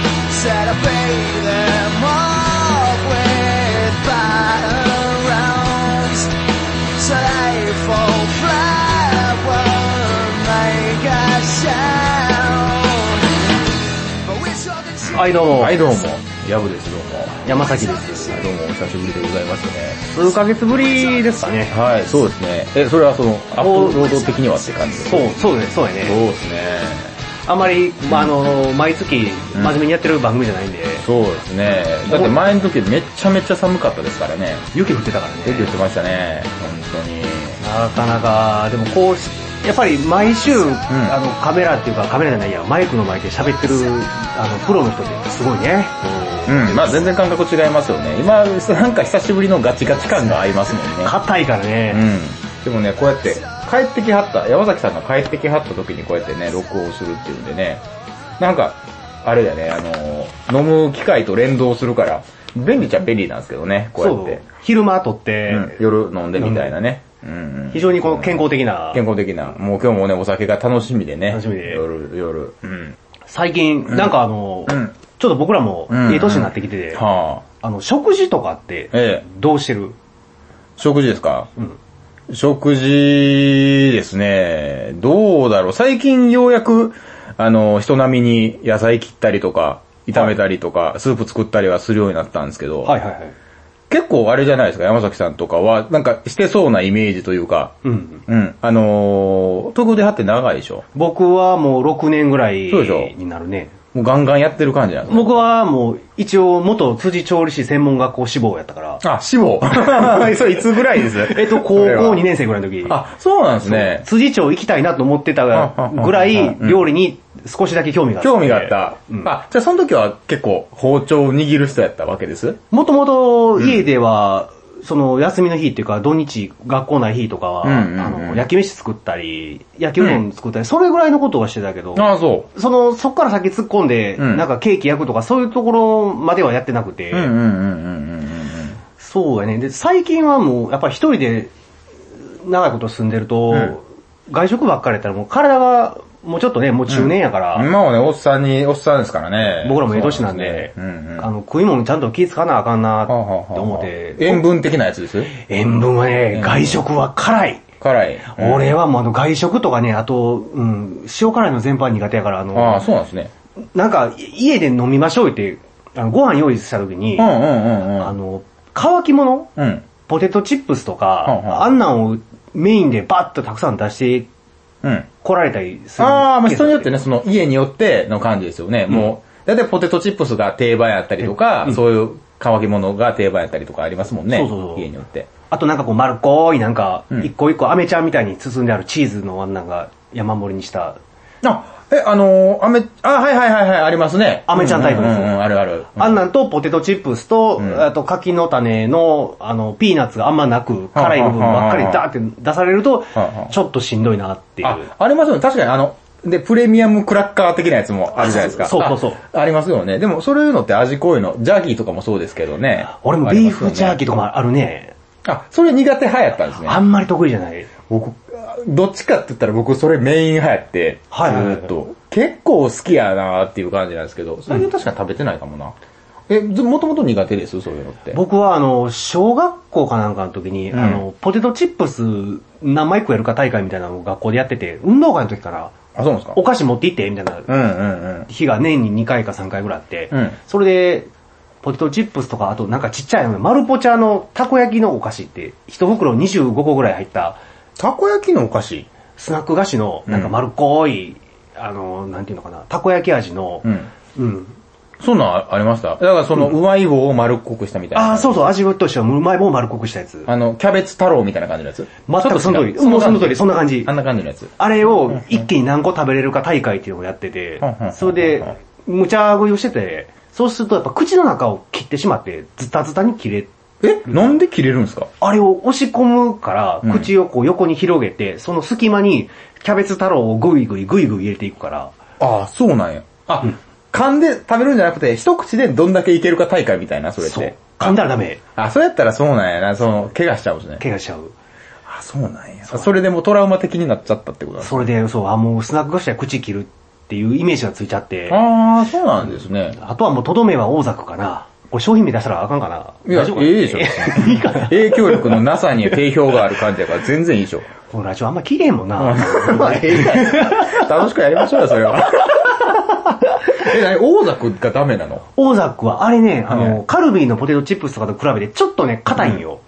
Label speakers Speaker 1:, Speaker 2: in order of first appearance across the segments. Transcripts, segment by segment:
Speaker 1: gotta pay them off with fire rounds. So they fall flat won't make a sound. But we saw the
Speaker 2: はい、どうも。
Speaker 3: はい、どうも。ヤブです、どうも。
Speaker 2: 山崎です。
Speaker 3: はい、どうも、お久しぶりでございますね。
Speaker 2: 数ヶ月ぶりですかね。
Speaker 3: はい、そうですね。え、それはその、アップロード的にはって感じです
Speaker 2: そう、そうね、そうや
Speaker 3: そ
Speaker 2: ね。
Speaker 3: うですね。
Speaker 2: あんまり、まあ、あの、毎月、真面目にやってる番組じゃないんで、
Speaker 3: そうですね。だって前の時めっちゃめちゃ寒かったですからね。
Speaker 2: 雪降ってたからね。
Speaker 3: よく言ってましたね。本当に。
Speaker 2: なかなか、でもこうし、やっぱり毎週、あの、カメラっていうか、カメラじゃないや、マイクの前で喋ってる、あの、プロの人ってすごいね。
Speaker 3: うん、まあ全然感覚違いますよね。今、なんか久しぶりのガチガチ感が合いますもんね。
Speaker 2: 硬いから
Speaker 3: う
Speaker 2: ね。
Speaker 3: ん。でもね、こうやって、帰ってきはった、山崎さんが帰ってきはった時にこうやってね、録音するっていうんでね、なんか、あれだね、あのー、飲む機械と連動するから、便利っちゃ便利なんですけどね、こう
Speaker 2: そ
Speaker 3: やっ
Speaker 2: う
Speaker 3: て。。
Speaker 2: 昼間撮っ
Speaker 3: うん
Speaker 2: て、
Speaker 3: 夜飲んでみたいなね。うんうん
Speaker 2: 非常にこう、健康的な。
Speaker 3: 健康的な。もう今日もね、お酒が楽しみでね。
Speaker 2: 楽しみで
Speaker 3: 夜、夜。うん。
Speaker 2: 最近、なんかあの
Speaker 3: うん、
Speaker 2: ちょっと僕らも
Speaker 3: う、ん
Speaker 2: ええ年になってきてて、
Speaker 3: はあ。
Speaker 2: あの、食事とかって
Speaker 3: ええ、
Speaker 2: どうしてる
Speaker 3: 食事ですか
Speaker 2: うん。
Speaker 3: 食事ですね。どうだろう。最近ようやく、あの、人並みに野菜切ったりとか、炒めたりとか、スープ作ったりはするようになったんですけど、
Speaker 2: はいはいはい。
Speaker 3: 結構あれじゃないですか、山崎さんとかは、なんかしてそうなイメージというか、
Speaker 2: うん。
Speaker 3: うん。あのー、東京で貼って長いでしょ。
Speaker 2: 僕はもう6年ぐらい
Speaker 3: そうでしょ
Speaker 2: になるね。
Speaker 3: もうガンガンやってる感じなんですか
Speaker 2: 僕はもう一応元辻調理師専門学校志望やった から、
Speaker 3: あ、死亡。それいつぐらいです
Speaker 2: えっと高校2。年生ぐらいの時、
Speaker 3: あ、そうなんですね。
Speaker 2: 辻町行きたいなと思ってたぐらい料理に少しだけ興味があって。
Speaker 3: 興味があった。
Speaker 2: うん
Speaker 3: あ、じゃあその時は結構包丁を握る人やったわけです
Speaker 2: もともと家では、その休みの日っていうか土日学校ない日とかは、
Speaker 3: うんうんうん
Speaker 2: あの、焼き飯作ったり、焼きうどん作ったり、それぐらいのことはしてたけど、
Speaker 3: ああ、そう。
Speaker 2: その、そっから先突っ込んで、
Speaker 3: うん
Speaker 2: なんかケーキ焼くとかそういうところまではやってなくて、
Speaker 3: うんうんうんうんうんうん
Speaker 2: そうやね。で、最近はもう、やっぱり一人で長いこと住んでると、
Speaker 3: ん
Speaker 2: 外食ばっかりやったらもう体が、もうちょっとね、もう中年やから、
Speaker 3: うん。今はね、おっさんに、おっさんですからね。
Speaker 2: 僕らも江戸市なんで、
Speaker 3: そうなんですねうんうん。
Speaker 2: あの、食い物にちゃんと気ぃつかなあかんなって思って、
Speaker 3: 塩分的なやつです
Speaker 2: 塩分はね、
Speaker 3: ん
Speaker 2: 外食は辛い。
Speaker 3: 辛い。うん
Speaker 2: 俺はもうあの外食とかね、あと、うん、塩辛いの全般苦手やから、あの、
Speaker 3: ああ、そうなんですね。
Speaker 2: なんか家で飲みましょうって、あのご飯用意した時に、
Speaker 3: うんうんうんうん。
Speaker 2: あの、乾き物
Speaker 3: うん。
Speaker 2: ポテトチップスとか、
Speaker 3: うんうん
Speaker 2: あんなんをメインでバッとたくさん出して
Speaker 3: うん。
Speaker 2: 来られたりする。
Speaker 3: ああ、まあ人によって
Speaker 2: ね。
Speaker 3: ね、その家によっての感じですよね。もう、だいたいポテトチップスが定番やったりとか、そういう乾き物が定番やったりとかありますもんね。
Speaker 2: そうそうそう
Speaker 3: 家によって。
Speaker 2: あとなんかこう丸っこいなんか、
Speaker 3: うん
Speaker 2: 一個一個飴ちゃんみたいに包んであるチーズのあんなんが山盛りにした。
Speaker 3: あ、え、あのー、あめ、あ、はいはいはいはい、ありますね。
Speaker 2: 飴ちゃんタイプです
Speaker 3: うんうんうん、あるある。
Speaker 2: あんなんとポテトチップスと、
Speaker 3: ん
Speaker 2: あと柿の種の、あの、ピーナッツがあんまなく、辛い部分ばっかりダーって出されると
Speaker 3: うんうん、
Speaker 2: ちょっとしんどいなっていう。
Speaker 3: あ、ありますよね。確かにあの、で、プレミアムクラッカー的なやつもあるじゃないですか。
Speaker 2: あそうそうそう
Speaker 3: あ。ありますよね。でも、そういうのって味濃いの。ジャーキーとかもそうですけどね。
Speaker 2: 俺もビーフジャーキーとか
Speaker 3: あ
Speaker 2: もあるね。
Speaker 3: りますよね。あ、それ苦手派やったんですね
Speaker 2: あ。んまり得意じゃない。
Speaker 3: 僕、どっちかって言ったら僕それメイン派やって、
Speaker 2: はいはいはい
Speaker 3: ずーっと。結構好きやなーっていう感じなんですけど、最近確かに食べてないかもな。え、ずもともと苦手ですそういうのって。
Speaker 2: 僕はあの、小学校かなんかの時に、
Speaker 3: ん
Speaker 2: あの、ポテトチップス何枚食えるか大会みたいなのを学校でやってて、運動会の時から、
Speaker 3: あ、そうなんですか
Speaker 2: お菓子持って行って、みたいな
Speaker 3: うんうんうん。
Speaker 2: 日が年に2回か3回ぐらいあって、
Speaker 3: うん
Speaker 2: それで、ポテトチップスとか、あとなんかちっちゃいのね、マルポチャのたこ焼きのお菓子って、一袋25個ぐらい入った、
Speaker 3: たこ焼きのお菓子
Speaker 2: スナック菓子の、なんか丸っこい、あの、なんていうのかな、たこ焼き味の、
Speaker 3: うん。
Speaker 2: うん
Speaker 3: そんなんあありましただからその、うまい棒を丸っこくしたみたいな。
Speaker 2: ああ、そうそう、味としてはうまい棒を丸っこくしたやつ。
Speaker 3: あの、キャベツ太郎みたいな感じのやつ
Speaker 2: 全くその通り。もうその通り、そんな感じ。
Speaker 3: あんな感じのやつ。
Speaker 2: あれを一気に何個食べれるか大会っていうのをやってて
Speaker 3: うんう、ん
Speaker 2: それで、無茶食いをしてて、そうするとやっぱ口の中を切ってしまって、ズタズタに切れ、
Speaker 3: え、なんで切れるんですか
Speaker 2: あれを押し込むから、
Speaker 3: ん
Speaker 2: 口をこう横に広げて、その隙間にキャベツ太郎をグイグイグイグイ入れていくから、
Speaker 3: ああ、そうなんや。あ、噛んで食べるんじゃなくて、一口でどんだけいけるか大会みたいな、それっ
Speaker 2: そう
Speaker 3: て。。
Speaker 2: 噛んだらダメ。
Speaker 3: あ、そうやったらそうなんやな、その、怪我しちゃうしね。
Speaker 2: 怪我しちゃう。
Speaker 3: あ、そうなんや。それでもうトラウマ的になっちゃったってことだ。
Speaker 2: それで、そう、あ、もうスナック菓子は口切るっていうイメージがついちゃって、
Speaker 3: ああ、そうなんですね。
Speaker 2: あとはもうとどめは大作かな。これ商品名出したらあかんかな。
Speaker 3: いや、
Speaker 2: 大丈夫かな
Speaker 3: ええでしょ。
Speaker 2: いいかな。
Speaker 3: 影響力のなさに定評がある感じやから全然いいでしょ。
Speaker 2: このラジオあんま綺麗もんな。
Speaker 3: まあ、ええやん 楽しくやりましょうよ、それは。 え、なに、大作がダメなの
Speaker 2: オーザックは、あれね、あの、
Speaker 3: はい
Speaker 2: カルビーのポテトチップスとかと比べて、ちょっとね、硬いんよ。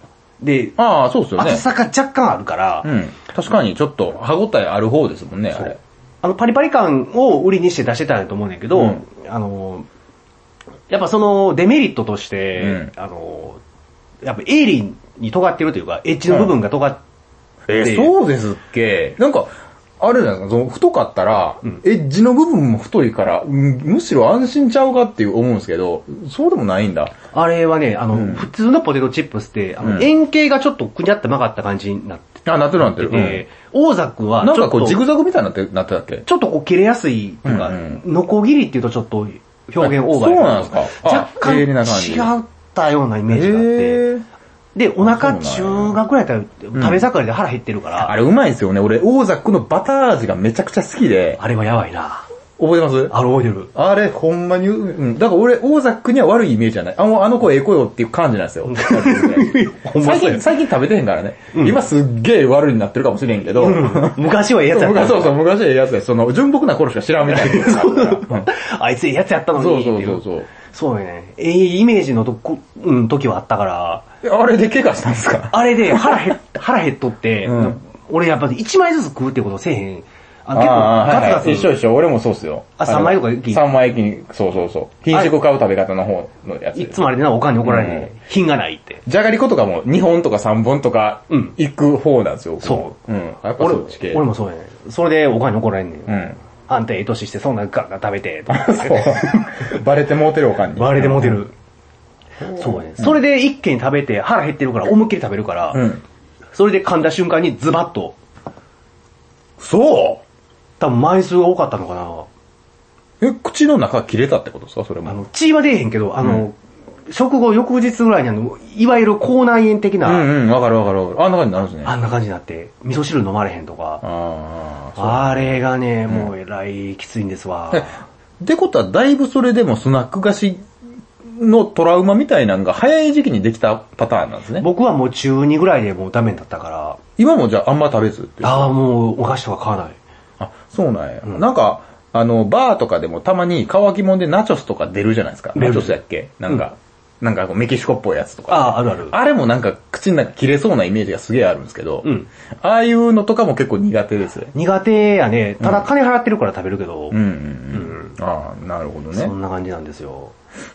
Speaker 2: で、
Speaker 3: ああ、そうですよね
Speaker 2: 厚。さが若干あるから、
Speaker 3: うん。確かにちょっと歯応えある方ですもんね、あれ。
Speaker 2: あの、パリパリ感を売りにして出してたんやと思うねんだけど、
Speaker 3: うん
Speaker 2: あの、やっぱその、デメリットとして、あの、やっぱ鋭利に尖ってるというか、エッジの部分が尖っ
Speaker 3: え
Speaker 2: で
Speaker 3: そうですっけなんか、あれじゃないですか、その太かったら、
Speaker 2: ん
Speaker 3: エッジの部分も太いから、うんむしろ安心ちゃうかっていう思うんですけど、そうでもないんだ。
Speaker 2: あれはね、あの、
Speaker 3: ん
Speaker 2: 普通のポテトチップスって、あの、
Speaker 3: うん
Speaker 2: 円形がちょっとくにゃって曲がった感じになって
Speaker 3: あ、なってるなってる。
Speaker 2: て、オーザック
Speaker 3: う
Speaker 2: は
Speaker 3: ん、なん
Speaker 2: ちょ
Speaker 3: か
Speaker 2: っ
Speaker 3: こう、
Speaker 2: と、
Speaker 3: ジ
Speaker 2: ちょ
Speaker 3: グザグみたいになって、なってたっけ
Speaker 2: っとこう切れやすいとか、
Speaker 3: うん
Speaker 2: ノコギリっていうとちょっと表現オーバーやけど
Speaker 3: そうなんですかあ
Speaker 2: 若干
Speaker 3: 鋭利な感じ
Speaker 2: 違ったようなイメージがあって、
Speaker 3: ー
Speaker 2: で、お腹
Speaker 3: あ
Speaker 2: 中
Speaker 3: そうなんや
Speaker 2: 学ぐらいから食べ盛りで腹減ってるから、
Speaker 3: あれうまいですよね。俺、オーザックのバター味がめちゃくちゃ好きで、
Speaker 2: あれはやばいな。
Speaker 3: 覚えてます
Speaker 2: あれ覚えてる。
Speaker 3: あれ、ほんまに、うん。だから俺、オーザックには悪いイメージじゃない。あの、あの子ええ子よっていう感じなんです よ。
Speaker 2: ほんま
Speaker 3: 最
Speaker 2: そうや
Speaker 3: 近、最近食べてへんからね。今すっげえ悪いになってるかもしれんけど。
Speaker 2: 昔はええやつやった。
Speaker 3: 昔そうそう、昔はええやつや。その、純朴な頃しか知らんみたい な。うん
Speaker 2: あいつええやつやったの
Speaker 3: そ
Speaker 2: に
Speaker 3: う
Speaker 2: って
Speaker 3: そ
Speaker 2: いうう。
Speaker 3: そうそう。
Speaker 2: そうやね。ええイメージのとこ、うん、時はあったから、
Speaker 3: えあれで怪我したんですか
Speaker 2: あれで腹減っ、 腹減っとって、
Speaker 3: うん
Speaker 2: 俺やっぱ一枚ずつ食うってことせえへん。あ結構
Speaker 3: あー
Speaker 2: ガツガ
Speaker 3: はいはい一緒
Speaker 2: ツ
Speaker 3: 一緒。俺もそうっすよ。
Speaker 2: あ三枚とか一気に
Speaker 3: ?3 枚一気に、そうそうそう。品種買う食べ方の方のやつ
Speaker 2: い
Speaker 3: で
Speaker 2: っ
Speaker 3: す。
Speaker 2: つもあれでな、おかんに怒られて
Speaker 3: う、
Speaker 2: 品がないって。
Speaker 3: じゃがりことかも2本とか3本とか
Speaker 2: うん、
Speaker 3: 行く方なんですよ。。
Speaker 2: そう
Speaker 3: うん。やっぱ
Speaker 2: 俺
Speaker 3: そっち系。
Speaker 2: 俺もそうやね。それでおかんに怒られんねん。
Speaker 3: うん。
Speaker 2: あんたええ年してそんなガンガン食べて、とか 言って
Speaker 3: そう。 バレてもうてるおかんに。
Speaker 2: 割れでモデル。そうやね。それで一気に食べて、腹減ってるから、思いっきり食べるから、
Speaker 3: うん。
Speaker 2: それで噛んだ瞬間にズバッと、
Speaker 3: そ
Speaker 2: 多分枚数が多かったのかな。
Speaker 3: うえ、口の中切れたってことですかそれ
Speaker 2: あ
Speaker 3: も。
Speaker 2: の、血は出えへんけど、あの、食後翌日ぐらいにあの、いわゆる口内炎的
Speaker 3: う
Speaker 2: な、
Speaker 3: んうん、わかるわかるわかる。あんな感じになるんですね。
Speaker 2: あんな感じになって、味噌汁飲まれへんとか、
Speaker 3: ああ。
Speaker 2: あれがね、もうえらいきついんです わ。
Speaker 3: ってことは、だいぶそれでもスナック菓子のトラウマみたいなのが早い時期にできたパターンなんですね。
Speaker 2: 僕はもう中2ぐらいでもうダメだったから、
Speaker 3: 今もじゃああんま食べずっていう
Speaker 2: ああ、もうお菓子とか買わない。
Speaker 3: あ、そうなんや。なんか、あの、バーとかでもたまに乾き物でナチョスとか出るじゃないですか。
Speaker 2: 出る
Speaker 3: ナチョスやっけなんか、なんかこうメキシコっぽいやつとか。
Speaker 2: ああ、あるある。
Speaker 3: あれもなんか口の中切れそうなイメージがすげえあるんですけど、
Speaker 2: うん
Speaker 3: ああいうのとかも結構苦手ですね。
Speaker 2: 苦手やね。ただ金払ってるから食べるけど、
Speaker 3: うんうんうん。ああ、なるほど
Speaker 2: そ
Speaker 3: ね
Speaker 2: ん。な感じなんですよ。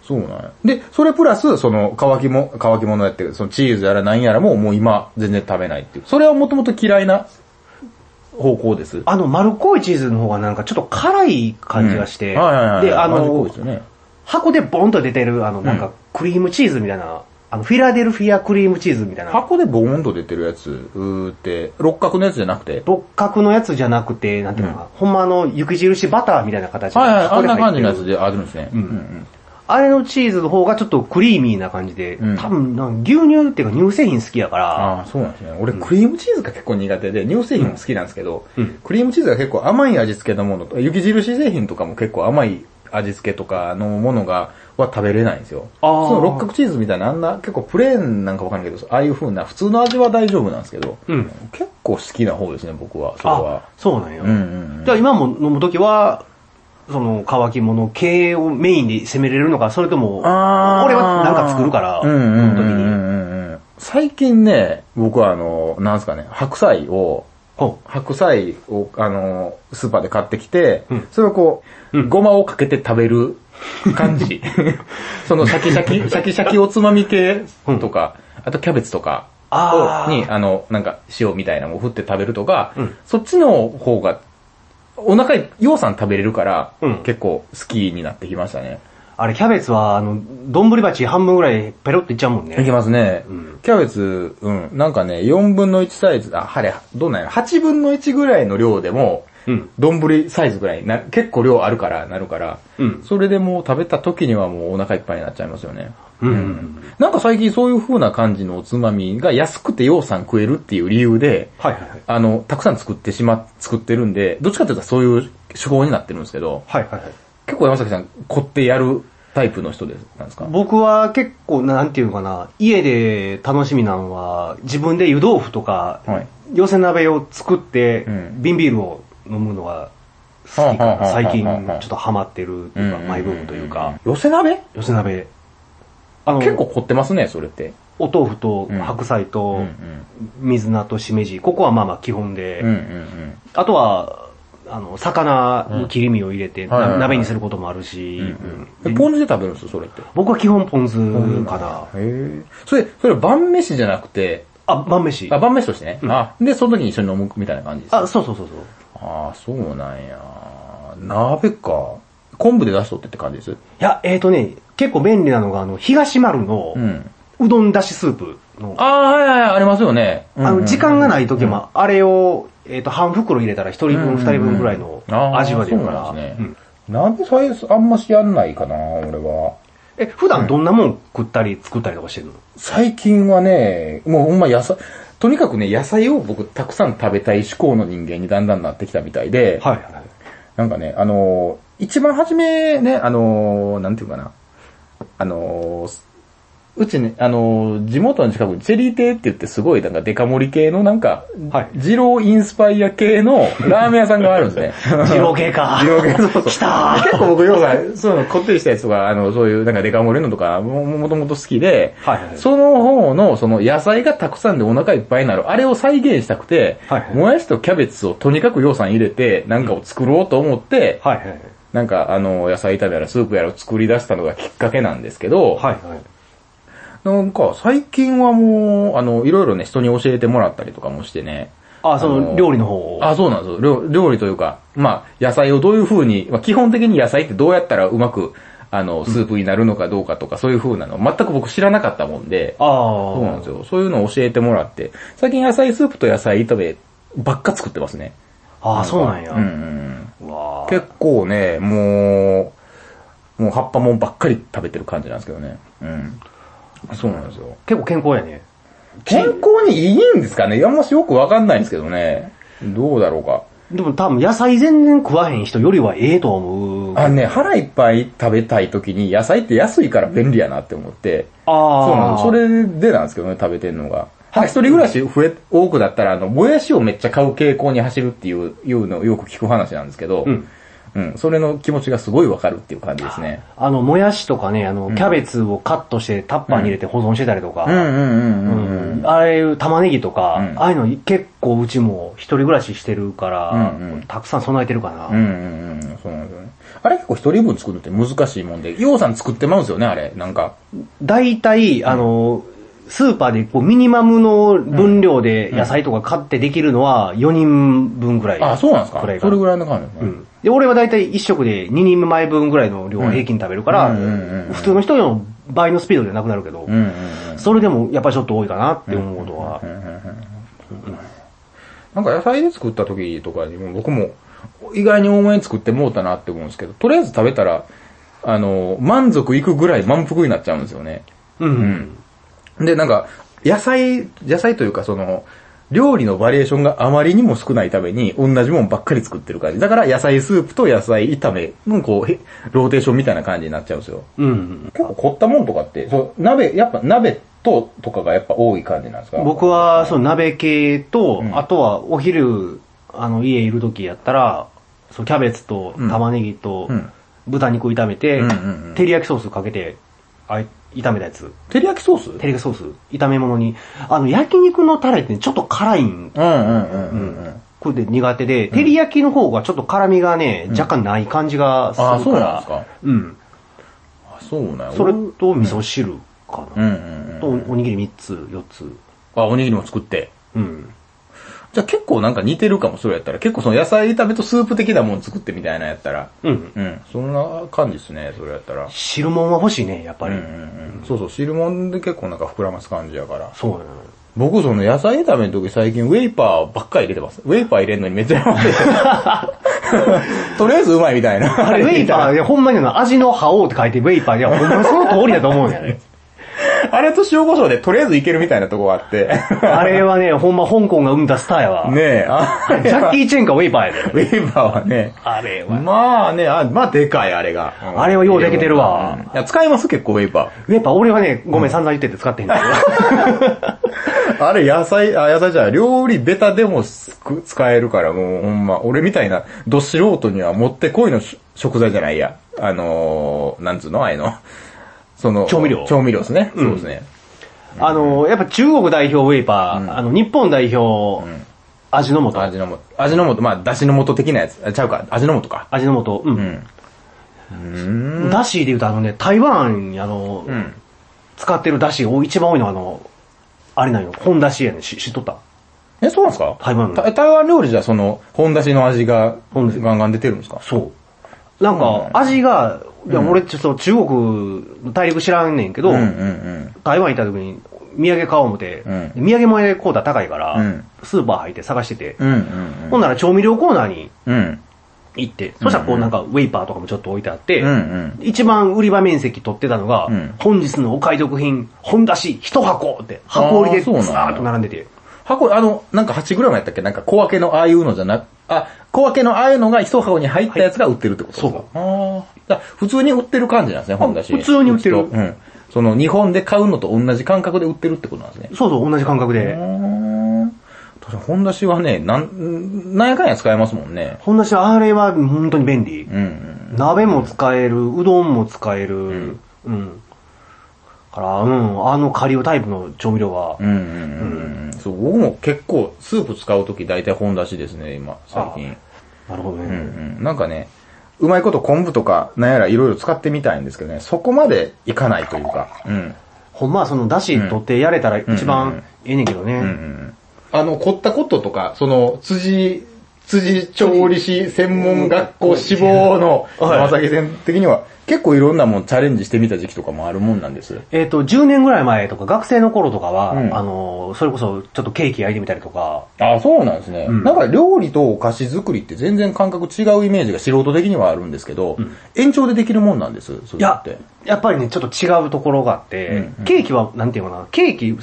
Speaker 3: そうなんや。で、それプラス、その乾きも、乾き物やってる、そのチーズやら何やらももう今全然食べないっていう。それはもともと嫌いな方向です。
Speaker 2: あの、丸っこいチーズの方がなんかちょっと辛い感じがして、
Speaker 3: うんはいはいはい。
Speaker 2: で、あ
Speaker 3: 味濃い
Speaker 2: の
Speaker 3: です、よね。
Speaker 2: 箱でボンと出てる、あの、なん
Speaker 3: うん
Speaker 2: か、クリームチーズみたいな、あの、フィラデルフィアクリームチーズみたいな、
Speaker 3: 箱でボーンと出てるやつ、うーって、六角のやつじゃなくて。
Speaker 2: 六角のやつじゃなくて、なんていうのかな、ほんまあの、雪印バターみたいな形で
Speaker 3: はいはい、あ
Speaker 2: 箱
Speaker 3: ん
Speaker 2: で
Speaker 3: な
Speaker 2: 入っ
Speaker 3: 感
Speaker 2: て
Speaker 3: じ
Speaker 2: る
Speaker 3: のやつであるんですね。うんうん
Speaker 2: あれのチーズの方がちょっとクリーミーな感じで、
Speaker 3: うん
Speaker 2: 多分なんか牛乳っていうか乳製品好きやから、
Speaker 3: ああ、そうなんですね。俺、クリームチーズが結構苦手で、乳製品も好きなんですけど、
Speaker 2: うん
Speaker 3: クリームチーズが結構甘い味付けのものと、雪印製品とかも結構甘い味付けとかのものが、は食べれないんですよ。
Speaker 2: あー
Speaker 3: その六角チーズみたいな、あんな、結構プレーンなんかわかんないけど、ああいう風な、普通の味は大丈夫なんですけど、
Speaker 2: うん
Speaker 3: 結構好きな方ですね、僕は、それは
Speaker 2: あ。、そうなんや。
Speaker 3: うんうんうん
Speaker 2: じゃあ今も飲むときは、その乾き物系をメインに攻めれるのか、それとも、
Speaker 3: あー
Speaker 2: 俺はなんか作るから、
Speaker 3: うんうん
Speaker 2: 飲む
Speaker 3: う
Speaker 2: とき
Speaker 3: んう
Speaker 2: に。
Speaker 3: んうんうん最近ね、僕はあの、なんですかね、白菜を、
Speaker 2: ほ
Speaker 3: 白菜を、あの、スーパーで買ってきて、
Speaker 2: うん
Speaker 3: それをこう、
Speaker 2: うん
Speaker 3: ごまをかけて食べる感じ。そのシャキ シャキ、シャキシャキおつまみ系とか、あとキャベツとか
Speaker 2: あ
Speaker 3: を
Speaker 2: ー
Speaker 3: に、あの、なんか塩みたいなのを振って食べるとか、
Speaker 2: うん
Speaker 3: そっちの方が、お腹い、ようさん食べれるから、
Speaker 2: うん
Speaker 3: 結構好きになってきましたね。
Speaker 2: あれ、キャベツは、あの、丼鉢半分ぐらいペロっていっちゃうもん
Speaker 3: いき
Speaker 2: ね。
Speaker 3: ますね。
Speaker 2: うん
Speaker 3: キャベツ、うん、なんかね、4分の1サイズ、あ、はれ、どうなんやろ、8分の1ぐらいの量でも、
Speaker 2: うん。
Speaker 3: 丼サイズぐらいな、結構量あるから、なるから、
Speaker 2: うん
Speaker 3: それでもう食べた時にはもうお腹いっぱいになっちゃいますよね。
Speaker 2: うん
Speaker 3: なんか最近そういう風な感じのおつまみが安くてようさん食えるっていう理由で、
Speaker 2: はいはいはい。
Speaker 3: あの、たくさん作ってしま、作ってるんで、どっちかというとそういう手法になってるんですけど、
Speaker 2: はいはいはい。
Speaker 3: 結構山崎さん、凝ってやるタイプの人です、なんですか
Speaker 2: 僕は結構、なんていうかな、家で楽しみなのは、自分で湯豆腐とか、
Speaker 3: はい
Speaker 2: 寄せ鍋を作って、
Speaker 3: うん
Speaker 2: 瓶ビールを飲むのが好きか
Speaker 3: はあはあはあはあ
Speaker 2: な。最近、ちょっとハマってるというか、マイブームというか、。
Speaker 3: 寄せ鍋
Speaker 2: 寄せ鍋。あの、
Speaker 3: 結構凝ってますね、それって。
Speaker 2: お豆腐と
Speaker 3: うん
Speaker 2: 白菜
Speaker 3: うんう
Speaker 2: と
Speaker 3: ん
Speaker 2: 水菜としめじ、ここはまあまあ基本で、
Speaker 3: うんうん
Speaker 2: あとは、あの、魚の切り身を入れて、
Speaker 3: はいはいはい
Speaker 2: な鍋にすることもあるし、
Speaker 3: うん。
Speaker 2: う
Speaker 3: え
Speaker 2: ん
Speaker 3: ポン酢で食べるんですよ、それって。
Speaker 2: 僕は基本ポン酢かな。
Speaker 3: へえ。それ、それ晩飯じゃなくて、
Speaker 2: あ、晩飯。
Speaker 3: あ、晩飯としてね。
Speaker 2: ん
Speaker 3: あ、で、その時に一緒に飲むみたいな感じです。
Speaker 2: あ、そうそうそうそう。
Speaker 3: ああ、そうなんや。鍋か。昆布で出しとってって感じです。
Speaker 2: いや、えーとね、結構便利なのが、あの、東丸の
Speaker 3: う、ん。
Speaker 2: うどんだしスープの、
Speaker 3: ああ、はいはいはい、ありますよね。
Speaker 2: あ
Speaker 3: うんうん
Speaker 2: の、時間がない時も、あれを、えーと、半袋入れたら一人
Speaker 3: うんうん
Speaker 2: 分、二人分ぐらいの
Speaker 3: あー
Speaker 2: 味が出るか
Speaker 3: そ
Speaker 2: ら
Speaker 3: うなんです
Speaker 2: う
Speaker 3: ね
Speaker 2: ん。
Speaker 3: 鍋さえあんましやんないかな、俺は。
Speaker 2: え、普段どんなもん食ったり作ったりとかしてるの
Speaker 3: 最近はね、もうほんま野菜、とにかくね、野菜を僕たくさん食べたい思考の人間にだんだんなってきたみたいで、
Speaker 2: はいはいはい。
Speaker 3: なんかね、あのー一番初めね、あのーなんていうかな、あのーうちね、あのー地元の近くにチェリー亭って言ってすごいなんかデカ盛り系のなんか、
Speaker 2: はい
Speaker 3: 二郎インスパイア系のラーメン屋さんがあるんですね。
Speaker 2: 二郎系か。
Speaker 3: 二郎系そうそう
Speaker 2: 来たー
Speaker 3: 結構 僕、要は、 そういうの、こってりしたやつとか、あの、そういう、なんかデカ盛りのとか、も、もともと好きで、
Speaker 2: はいはい
Speaker 3: その方の、その、野菜がたくさんでお腹いっぱいになる、あれを再現したくて、
Speaker 2: はいはい
Speaker 3: もやしとキャベツをとにかく要産入れて、なんかを作ろうと思って、
Speaker 2: はいはいはい。
Speaker 3: なんか、あの、野菜炒めやらスープやらを作り出したのがきっかけなんですけど、
Speaker 2: はいはい。
Speaker 3: なんか、最近はもう、あの、いろいろね、人に教えてもらったりとかもしてね、
Speaker 2: あ、その、料理の方を。
Speaker 3: あ、そうなんですよ料。料理というか、まあ、野菜をどういう風に、まあ、基本的に野菜ってどうやったらうまく、あの、スープになるのかどうかとか、そういう風なの、全く僕知らなかったもんで、
Speaker 2: ああ。
Speaker 3: そうなんですよ。そういうのを教えてもらって、最近野菜スープと野菜炒めばっか作ってますね。
Speaker 2: ああ、そうなんや。
Speaker 3: うんうん
Speaker 2: うわ
Speaker 3: うん。
Speaker 2: ー
Speaker 3: 結構ね、もう、もう葉っぱもんばっかり食べてる感じなんですけどね。うん。そうなんですよ。
Speaker 2: 結構健康やね。
Speaker 3: 健康にいいんですかねあんましよくわかんないんですけどね。どうだろうか。
Speaker 2: でも多分野菜全然食わへん人よりはええとは思う。
Speaker 3: あのね、腹いっぱい食べたい時に野菜って安いから便利やなって思って、
Speaker 2: あ
Speaker 3: そうなの、
Speaker 2: ー
Speaker 3: それでなんですけどね、食べてんのが。なんか一人暮らし増え、多くだったら、あの、もやしをめっちゃ買う傾向に走るっていう、いうのをよく聞く話なんですけど、
Speaker 2: うん。
Speaker 3: うん、それの気持ちがすごいわかるっていう感じですね。
Speaker 2: あの、もやしとかね、あの、
Speaker 3: ん
Speaker 2: キャベツをカットしてタッパーに入れて保存してたりとか、
Speaker 3: うんうんうんう
Speaker 2: うん
Speaker 3: うん。
Speaker 2: ああいう玉ねぎとか、
Speaker 3: うん
Speaker 2: ああいうの結構うちも一人暮らししてるから、
Speaker 3: うんうん
Speaker 2: たくさん備えてるかな。
Speaker 3: うんうんうん、そうなんですよね。あれ結構一人分作るのって難しいもんで、ようさん作ってまうんですよね、あれ、なんか。
Speaker 2: 大体、あの、スーパーでこうミニマムの分量で野菜とか買ってできるのは4人分ぐらい。
Speaker 3: あ、そうなんですか
Speaker 2: これが
Speaker 3: それぐらいの感じなんです
Speaker 2: う
Speaker 3: ね。
Speaker 2: ん。で、俺は大体1食で2人前分ぐらいの量を平均食べるから、
Speaker 3: うんうんうんうん
Speaker 2: 普通の人の倍のスピードではなくなるけど、
Speaker 3: うんうんうん。
Speaker 2: それでもやっぱりちょっと多いかなって思うことは。
Speaker 3: なんか野菜で作った時とかにも僕も意外に多めに作ってもうたなって思うんですけど、とりあえず食べたら、あの、満足いくぐらい満腹になっちゃうんですよね。
Speaker 2: うん。うん
Speaker 3: で、なんか、野菜、野菜というかその、料理のバリエーションがあまりにも少ないために、同じもんばっかり作ってる感じ。だから野菜スープと野菜炒めのこう、へローテーションみたいな感じになっちゃうんですよ。
Speaker 2: うん。
Speaker 3: 結構凝ったもんとかって、そう、鍋、やっぱ鍋と、とかがやっぱ多い感じなんですか
Speaker 2: 僕は、その鍋系と、
Speaker 3: うん
Speaker 2: あとはお昼、あの、家いる時やったら、そうキャベツと
Speaker 3: うん
Speaker 2: 玉ねぎと
Speaker 3: うん
Speaker 2: 豚肉炒めて、
Speaker 3: うんうんうん
Speaker 2: 照り焼きソースかけて、あ炒めたやつ。
Speaker 3: 照り焼きソース
Speaker 2: 照り焼きソース、炒め物に。あの、焼肉のタレってちょっと辛いん
Speaker 3: うんうんうんうんうん。
Speaker 2: これで苦手で、照り焼きの方がちょっと辛みがね、若干ない感じがするから。
Speaker 3: あそうなんですか
Speaker 2: うん。
Speaker 3: あ、そうなんや
Speaker 2: それ
Speaker 3: うん
Speaker 2: と味噌汁か
Speaker 3: う
Speaker 2: な。
Speaker 3: ん
Speaker 2: と、
Speaker 3: うん。
Speaker 2: おにぎり3つ、4つ。
Speaker 3: あ、おにぎりも作って。
Speaker 2: うん。
Speaker 3: じゃあ結構なんか似てるかも、それやったら。結構その野菜炒めとスープ的なもん作ってみたいなやったら。
Speaker 2: うん。
Speaker 3: うん。そんな感じですね、それやったら。
Speaker 2: 汁物は欲しいね、やっぱ
Speaker 3: うん
Speaker 2: り。
Speaker 3: うんうん。そうそう、汁物で結構なんか膨らます感じやから。
Speaker 2: そうなの。
Speaker 3: 僕その野菜炒めの時最近ウェイパーばっかり入れてます。ウェイパー入れるのにめっちゃやば い。とりあえずうまいみたいな。
Speaker 2: あれ、ウェイパー、いや、ほんまにあの味の覇王って書いて、ウェイパー、いや、ほんまにその通りだと思うんやね。
Speaker 3: あれと塩胡椒でとりあえずいけるみたいなとこが あって。
Speaker 2: あれはね、ほんま香港が生んだスターやわ。
Speaker 3: ねえ、あ
Speaker 2: ジャッキ
Speaker 3: ー
Speaker 2: ー・チェンかウェイパーやで。
Speaker 3: ウェイバーはね、
Speaker 2: あれは。
Speaker 3: まあね、あまあでかいあれが。
Speaker 2: んあれはようできてるわ
Speaker 3: うん。いや、使います結構ウェイバー。
Speaker 2: ウェイパー、俺はね、ごめん散々言ってて使ってへんけど。
Speaker 3: あれ野菜、あ、野菜じゃない、料理ベタでもすく使えるから、もうほんま、俺みたいな、ど素人にはもってこいのし食材じゃないや。あのー、なんつうのああいうの。その、
Speaker 2: 調味料
Speaker 3: 調味料ですね。そうですね。
Speaker 2: あの、やっぱ中国代表ウェイパー、あの、日本代表、味の素。
Speaker 3: 味の素。味の素、まあ、だしの素的なやつ。あちゃうか、味の素か。
Speaker 2: 味の素。う。
Speaker 3: うんん。
Speaker 2: だしで言うとあのね、台湾にあの、
Speaker 3: うん。
Speaker 2: 使ってるだし、お一番多いのはあの、あれなんよ、本だしやねん。し知っとった
Speaker 3: え、そうなんですか
Speaker 2: 台湾の
Speaker 3: た台湾料理じゃ、その、本だしの味が、ガ
Speaker 2: 本出し
Speaker 3: ンガン出てるんですか
Speaker 2: そう。なんか、味が、いや、俺ちょっと中国の大陸知らんねんけど、
Speaker 3: うんうんうん。
Speaker 2: 台湾行った時に、土産買おう思って、
Speaker 3: う
Speaker 2: 土産もやコーダー高いから、
Speaker 3: うん
Speaker 2: スーパー入って探してて、
Speaker 3: うんうん
Speaker 2: ほんなら調味料コーナーに
Speaker 3: うん。うん。
Speaker 2: 行って、そしたらこうなんかウェイパーとかもちょっと置いてあって、
Speaker 3: うんうん
Speaker 2: 一番売り場面積取ってたのが、
Speaker 3: うん
Speaker 2: 本日のお買い得品、本出し一箱って、箱売りで
Speaker 3: あー
Speaker 2: ず
Speaker 3: そうなんや
Speaker 2: らーっと並んでて、
Speaker 3: 箱、あの、なんか 8g やったっけなんか小分けのああいうのじゃなく、あ、小分けのああいうのが一箱に入ったやつが売ってるってこと
Speaker 2: はいそう
Speaker 3: ああ。だ普通に売ってる感じなんですね、本だし。
Speaker 2: 普通に売ってる
Speaker 3: うちとうん。その、日本で買うのと同じ感覚で売ってるってことなんですね。
Speaker 2: そうそう同じ感覚で、
Speaker 3: うーん。確かに本だしはね、なん、なんやかんや使えますもんね。
Speaker 2: 本出しあれは本当に便利。
Speaker 3: うんうん。
Speaker 2: 鍋も使える、うどんも使える、うん。から、うん、あのカリオタイプの調味料は、
Speaker 3: うんうんうんうん。そう、僕も結構、スープ使うとき大体本だしですね、今、最近。
Speaker 2: なるほどね。
Speaker 3: うんうんなんかね、うまいこと昆布とか、なんやらいろいろ使ってみたいんですけどね、そこまでいかないというか、うん。
Speaker 2: ほんまはその出汁取ってやれたら一番ええねんけどね。
Speaker 3: うんうんあの、凝ったこととか、その、辻、辻調理師専門学校志望の、
Speaker 2: はい
Speaker 3: 山崎さん的には、結構いろんなもんチャレンジしてみた時期とかもあるもんなんです。
Speaker 2: えっ、と、10年ぐらい前とか、学生の頃とかは、
Speaker 3: うん
Speaker 2: あのー、それこそ、ちょっとケーキ焼いてみたりとか、
Speaker 3: あ、そうなんですね。
Speaker 2: ん
Speaker 3: なんか料理とお菓子作りって全然感覚違うイメージが素人的にはあるんですけど、延長でできるもんなんです、そ
Speaker 2: い
Speaker 3: れ
Speaker 2: や
Speaker 3: って。、
Speaker 2: やっぱりね、ちょっと違うところがあって、
Speaker 3: うんうん
Speaker 2: ケーキは、なんていうかな、ケーキ、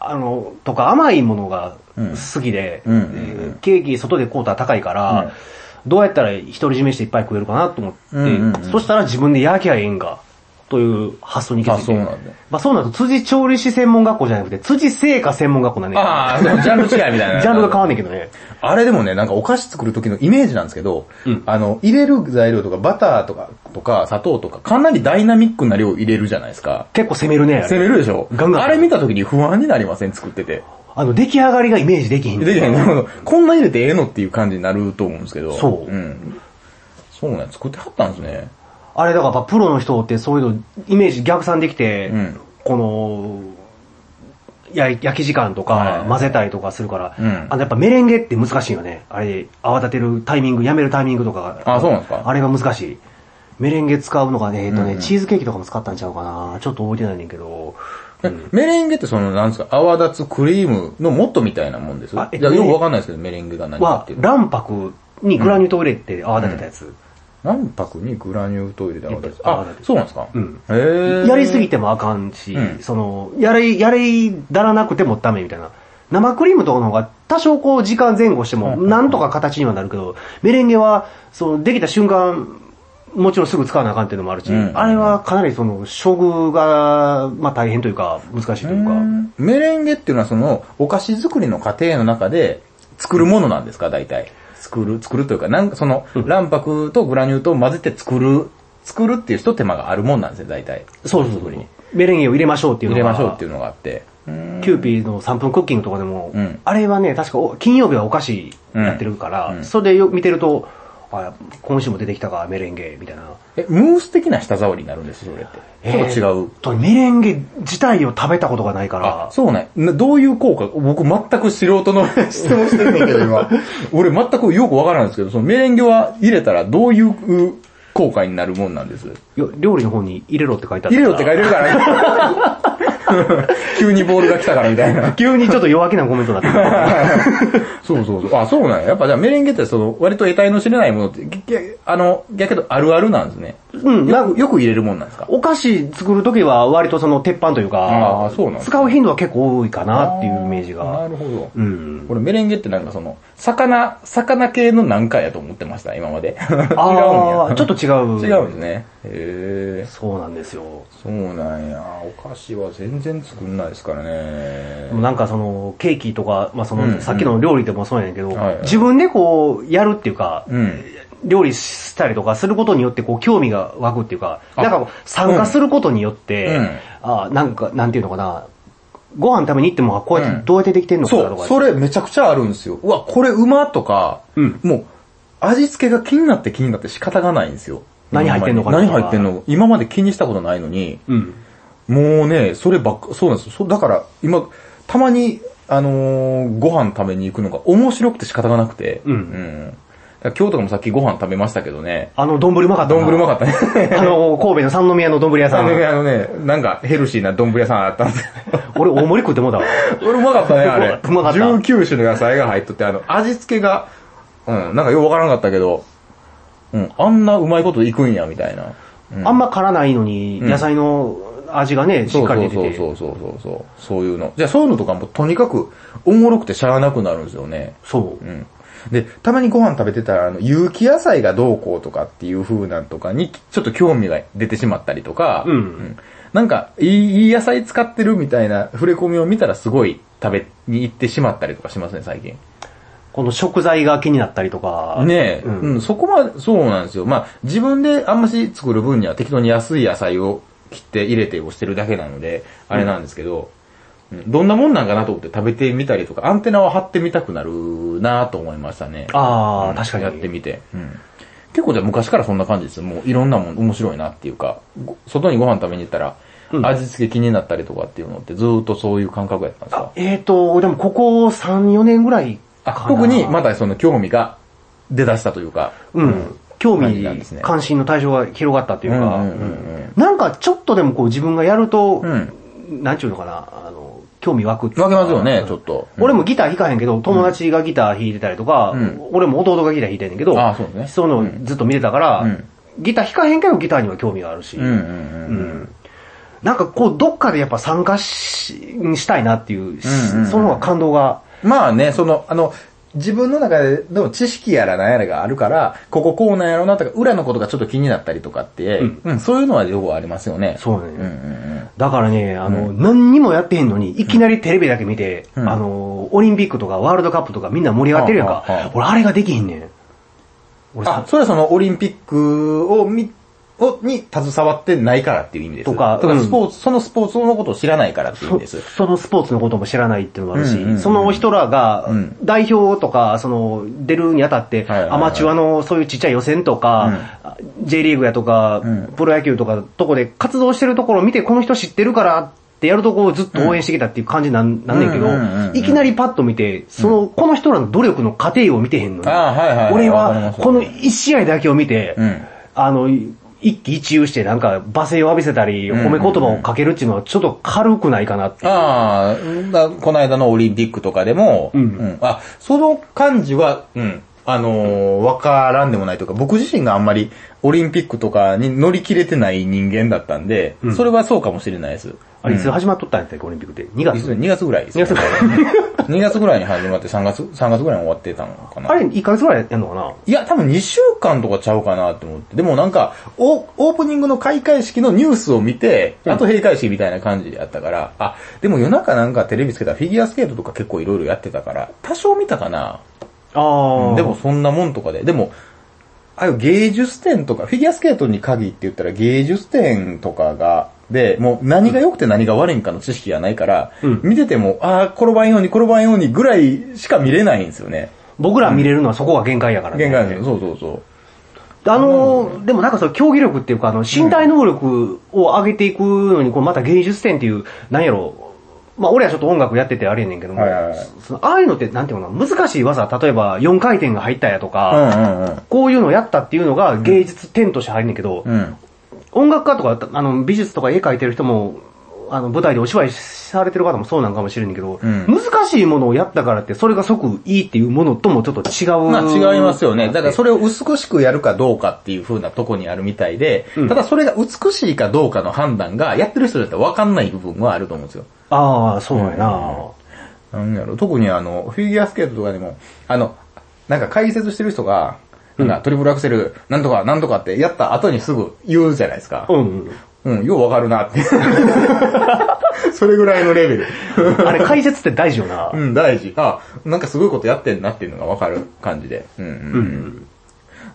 Speaker 2: あの、とか甘いものが
Speaker 3: うん
Speaker 2: 好きで、
Speaker 3: うんうんうん
Speaker 2: えーケーキ外で買うたら高いから、どうやったら独り占めしていっぱい食えるかなと思って、
Speaker 3: うんうんうん
Speaker 2: そしたら自分で焼きゃええんが、という発想に行き着いて。
Speaker 3: あそうなんだ
Speaker 2: まあそうなると、辻調理師専門学校じゃなくて、辻製菓専門学校なんねん
Speaker 3: ああ、そのジャンル違いみたい な。
Speaker 2: ジャンルが変わんねんけどね。
Speaker 3: あれでもね、なんかお菓子作る時のイメージなんですけど、
Speaker 2: うん
Speaker 3: あの、入れる材料とかバターとか、とか砂糖とか、かなりダイナミックな量入れるじゃないですか。
Speaker 2: 結構攻めるね。あれ
Speaker 3: 攻めるでしょ
Speaker 2: ガンガン
Speaker 3: あれ見た時に不安になりません作ってて。
Speaker 2: あの、出来上がりがイメージできひん。
Speaker 3: で、こんな入れてええのっていう感じになると思うんですけど。
Speaker 2: そう
Speaker 3: うん。そうね、作ってはったんですね。
Speaker 2: あれだからやっぱプロの人ってそういうの、イメージ逆算できて、
Speaker 3: うん
Speaker 2: この、や焼き時間と
Speaker 3: は
Speaker 2: か
Speaker 3: い
Speaker 2: 混ぜたりとかするから、
Speaker 3: うん
Speaker 2: あのやっぱメレンゲって難しいよね。あれ、泡立てるタイミング、やめるタイミングとかが、
Speaker 3: あ、そうなんですか
Speaker 2: あれが難しい。メレンゲ使うのがね、えっとね、
Speaker 3: うん
Speaker 2: チーズケーキとかも使ったんちゃうかな。ちょっと覚えてないねんけど、
Speaker 3: えメレンゲってその、なんですか、泡立つクリームのもっとみたいなもんです。い
Speaker 2: あ
Speaker 3: や
Speaker 2: えっと
Speaker 3: よくわかんないですけど、メレンゲが何かっ
Speaker 2: は
Speaker 3: てい、うの。
Speaker 2: 卵白にグラニュー糖を入れて泡立てたやつ。
Speaker 3: 卵白にグラニュー糖入れて泡立つ。
Speaker 2: 泡
Speaker 3: あ
Speaker 2: 立て、
Speaker 3: そうなんですか
Speaker 2: うん
Speaker 3: へー
Speaker 2: やりすぎてもあかんし、
Speaker 3: うん
Speaker 2: その、やれ、やれだらなくてもダメみたいな。生クリームとかの方が多少こう時間前後してもなんとか形にはなるけど、メレンゲは、そのできた瞬間、もちろんすぐ使わなあかんっていうのもあるし、
Speaker 3: うん
Speaker 2: あれはかなりその、処遇が、まあ大変というか、難しいというか、
Speaker 3: うんメレンゲっていうのはその、お菓子作りの過程の中で作るものなんですか、大体。作る、作るというか、なんかその、卵白とグラニュー糖を混ぜて作る、作るっていう一手間があるもんなんですよ、大体。
Speaker 2: そうそうそう。メレンゲを入れましょうっていう
Speaker 3: 入
Speaker 2: の
Speaker 3: れ
Speaker 2: が、
Speaker 3: ましょうっていうのがあって。うん
Speaker 2: キューピーの3分クッキングとかでも、
Speaker 3: うん
Speaker 2: あれはね、確かお金曜日はお菓子やってるから、
Speaker 3: うんうん
Speaker 2: それでよ見てると、あ今週も出てきたか、メレンゲ、みたいな。
Speaker 3: え、ムース的な舌触りになるんですよ、それって。ちょっと違
Speaker 2: え
Speaker 3: う
Speaker 2: ー。とメレンゲ自体を食べたことがないか
Speaker 3: あ
Speaker 2: ら、、
Speaker 3: そうね。などういう効果僕全く素人の質問してるんだけど 今。俺全くよくわからないんですけど、そのメレンゲは入れたらどういう効果になるもんなんです
Speaker 2: よ料理の方に入れろって書いてあった
Speaker 3: 入れろって書いてるから、 ね、急にボールが来たからみたいな。
Speaker 2: 急にちょっと弱気なコメントになってる
Speaker 3: そうそうそう。あ、そうなんや。やっぱじゃあメレンゲってその割と得体の知れないものって、ぎぎあの、逆とあるあるなんですね。
Speaker 2: うん、な
Speaker 3: よくよく入れるもんなんですか
Speaker 2: お菓子作るときは割とその鉄板という
Speaker 3: あ
Speaker 2: か
Speaker 3: あ、そうなんですね
Speaker 2: 使う頻度は結構多いかなっていうイメージ
Speaker 3: な
Speaker 2: が。
Speaker 3: るほど。
Speaker 2: うん。
Speaker 3: これメレンゲってなんかその、魚、魚系のなんかやと思ってました、今まで。違うん
Speaker 2: あ
Speaker 3: や
Speaker 2: あ、ちょっと違う。
Speaker 3: 違うんですね。へえ。
Speaker 2: そうなんですよ。
Speaker 3: そうなんや。お菓子は全然作んないですからね
Speaker 2: で。もなんかその、ケーキとか、まあその、
Speaker 3: うん
Speaker 2: さっきの料理でもそうやねんけど、
Speaker 3: はいはい
Speaker 2: 自分でこう、やるっていうか、
Speaker 3: うん。
Speaker 2: 料理したりとかすることによって、こう、興味が湧くっていうか、
Speaker 3: あ
Speaker 2: なんかこう参加することによって、
Speaker 3: うん
Speaker 2: あなんか、なんていうのかな、ご飯食べに行っても、あこうやっ
Speaker 3: う
Speaker 2: て
Speaker 3: ん
Speaker 2: どうやってできてんのかな
Speaker 3: そ
Speaker 2: とか、
Speaker 3: う、それめちゃくちゃあるんですよ。うわ、これうまとか、
Speaker 2: うん
Speaker 3: もう、味付けが気になって気になって仕方がないんですよ。
Speaker 2: 何入ってんのかな
Speaker 3: 何入ってんの今まで気にしたことないのに、
Speaker 2: うん。
Speaker 3: もうね、そればっか、そうなんですよ。そだから、今、たまに、あのーご飯食べに行くのが面白くて仕方がなくて、
Speaker 2: うん
Speaker 3: だから京都でもさっきご飯食べましたけどね、
Speaker 2: あの、丼うまかったな。
Speaker 3: 丼うまかったね。
Speaker 2: あの、神戸の三宮の丼屋
Speaker 3: あ
Speaker 2: さん。
Speaker 3: のね、なんかヘルシーな丼屋さんあったんですよ。
Speaker 2: 俺、大盛り食ってもうたわ。
Speaker 3: 俺うま かったね、あれ。
Speaker 2: うまかった
Speaker 3: 19種の野菜が入っとって、あの、味付けが、うん、なんかようわからんかったけど、うん、あんなうまいこといくんや、みたいな。うん
Speaker 2: あんま辛ないのに、野菜の味がね、しっかり出てて。
Speaker 3: そうそうそうそうそうそう。そういうの。じゃあそういうのとかもとにかくおもろくてしゃあなくなるんですよね。
Speaker 2: そうう。
Speaker 3: ん。で、たまにご飯食べてたら、あの、有機野菜がどうこうとかっていう風なんとかに、ちょっと興味が出てしまったりとか、
Speaker 2: うん
Speaker 3: なんか、いい、いい野菜使ってるみたいな触れ込みを見たらすごい食べに行ってしまったりとかしますね、最近。
Speaker 2: この食材が気になったりとか。
Speaker 3: ねえ、
Speaker 2: うん
Speaker 3: うん、そこはそうなんですよ。まあ、自分であんまし作る分には適当に安い野菜を切って入れてをしてるだけなので、あれなんですけど、うんどんなもんなんかなと思って食べてみたりとか、アンテナを張ってみたくなるなと思いましたね。
Speaker 2: あ
Speaker 3: う
Speaker 2: あ、
Speaker 3: ん
Speaker 2: 確かに。
Speaker 3: やってみて。うん結構じゃあ昔からそんな感じですよ。もういろんなもん面白いなっていうか、ご外にご飯食べに行ったら、
Speaker 2: うん
Speaker 3: 味付け気になったりとかっていうのってずーっとそういう感覚やったんです
Speaker 2: あ
Speaker 3: か
Speaker 2: えっ、と、でもここ3、4年ぐらいかな
Speaker 3: あ、特にまだその興味が出だしたというか。
Speaker 2: うん。興
Speaker 3: 感じ
Speaker 2: 味、
Speaker 3: なんですね
Speaker 2: 関心の対象が広がったっていうか、
Speaker 3: うんうんうんうん
Speaker 2: なんかちょっとでもこう自分がやると、
Speaker 3: うん
Speaker 2: なんちゅうのかな、あの、興味湧くっていう
Speaker 3: わ
Speaker 2: か
Speaker 3: けますよね
Speaker 2: う、ん
Speaker 3: ちょっと。
Speaker 2: 俺もギター弾かへんけど、友達がギター弾いてたりとか、
Speaker 3: うん
Speaker 2: 俺も弟がギター弾いてんねんけど、
Speaker 3: あそうですね
Speaker 2: いうのをずっと見てたから、
Speaker 3: うん
Speaker 2: ギター弾かへんけどギターには興味があるし、
Speaker 3: うんうんう。
Speaker 2: うんんなんかこう、どっかでやっぱ参加ししたいなっていう、
Speaker 3: うんうん
Speaker 2: その方が感動が、
Speaker 3: まあね、その、あの、自分の中での知識やら何やらがあるから、こここうなんやろうなとか、裏のことがちょっと気になったりとかって、
Speaker 2: うん
Speaker 3: うん、そういうのは両方ありますよね。
Speaker 2: そうね
Speaker 3: うんうん
Speaker 2: だからね、あの、何にもやってへんのに、いきなりテレビだけ見て、
Speaker 3: うん
Speaker 2: あの、オリンピックとかワールドカップとかみんな盛り上がってるやん
Speaker 3: はあはあは
Speaker 2: か
Speaker 3: あ。
Speaker 2: 俺、あれができへんねん。
Speaker 3: う
Speaker 2: 俺
Speaker 3: ん。あ
Speaker 2: さ、、
Speaker 3: それはそのオリンピックを見、を、に携わってないからっていう意味です。
Speaker 2: とか
Speaker 3: とか
Speaker 2: うん
Speaker 3: スポーツ、そのスポーツのことを知らないからっていう意味です
Speaker 2: そ。そのスポーツのことも知らないっていうのもあるし、
Speaker 3: うんうんうん
Speaker 2: その人らが
Speaker 3: うん
Speaker 2: 代表とか、その出るにあたって、
Speaker 3: はいはいはい
Speaker 2: アマチュアのそういうちっちゃい予選とか、J リーグやとか、
Speaker 3: うん
Speaker 2: プロ野球とかとこで活動してるところを見て、この人知ってるからってやるとこをずっと応援してきたっていう感じなん,、なんねんけど、
Speaker 3: うんうんうんうん
Speaker 2: いきなりパッと見て、その、この人らの努力の過程を見てへんのに、
Speaker 3: あーはいはいはい
Speaker 2: 俺
Speaker 3: わかりま
Speaker 2: は
Speaker 3: す
Speaker 2: この1試合だけを見て、
Speaker 3: うん
Speaker 2: あの、一喜一憂してなんか罵声を浴びせたり、
Speaker 3: んうん
Speaker 2: 褒め言葉をかけるっていうのはちょっと軽くないかなっていう
Speaker 3: ああ、うんだこの間のオリンピックとかでも、
Speaker 2: うん
Speaker 3: あ、その感じは、うん、あのーわからんでもないというか、僕自身があんまりオリンピックとかに乗り切れてない人間だったんで、
Speaker 2: うん
Speaker 3: それはそうかもしれないです。
Speaker 2: あれ、いつ始まっとったんやったっけ、オリンピックって。2月。
Speaker 3: 2月ぐらいです、ね。
Speaker 2: 2月
Speaker 3: 2月ぐらいに始まって3月、3月ぐらいに終わってたのかな。
Speaker 2: あれ、1ヶ月ぐらいやんのかない
Speaker 3: や、多分2週間とかちゃうかなって思って。でもなんか、オオープニングの開会式のニュースを見て、あと閉会式みたいな感じでやったから、あ、でも夜中なんかテレビつけたらフィギュアスケートとか結構いろいろやってたから、多少見たかな。
Speaker 2: あ
Speaker 3: でも、そんなもんとかで。でも、ああいう芸術展とか、フィギュアスケートに限って言ったら芸術展とかが、で、もう何が良くて何が悪いんかの知識がないから、
Speaker 2: うん
Speaker 3: 見てても、ああ、転ばんように転ばんようにぐらいしか見れないんですよね。
Speaker 2: 僕ら見れるのはそこが限界やからね。
Speaker 3: 限界ですよ。そうそうそう。
Speaker 2: あのー、でもなんかその競技力っていうか、あの、身体能力を上げていくのに、こう、また芸術点っていう、なんやろ、まあ、俺はちょっと音楽やっててあれやねんけども、
Speaker 3: はいはいはい
Speaker 2: そのああいうのって、なんていうのかな、難しい技、例えば4回転が入ったやと
Speaker 3: う
Speaker 2: か、
Speaker 3: んうんうん。
Speaker 2: こういうのをやったっていうのが芸術点として入るねんけど、
Speaker 3: うん。
Speaker 2: 音楽家とか、あの、美術とか絵描いてる人も、あの、舞台でお芝居しされてる方もそうなんかもしれんけど、
Speaker 3: うん
Speaker 2: 難しいものをやったからって、それが即いいっていうものともちょっと違う。
Speaker 3: まあ違いますよね。だからそ
Speaker 2: れ、
Speaker 3: れを美しくやるかどうかっていう風なとこにあるみたいで、
Speaker 2: うん
Speaker 3: ただそれが美しいかどうかの判断がやってる人だったら分かんない部分はあると思うんですよ。
Speaker 2: ああ、そうやな、
Speaker 3: なんやろ、特にあの、フィギュアスケートとかでも、あの、なんか解説してる人が、なんかトリプルアクセル、なんとかなんとかってやった後にすぐ言うじゃないですか。
Speaker 2: うん。
Speaker 3: うん、ようわかるな って。それぐらいのレベル。
Speaker 2: あれ解説って大事よな。
Speaker 3: うん、大事。あ、なんかすごいことやってんなっていうのがわかる感じで。うん、うん、う。
Speaker 2: うんん。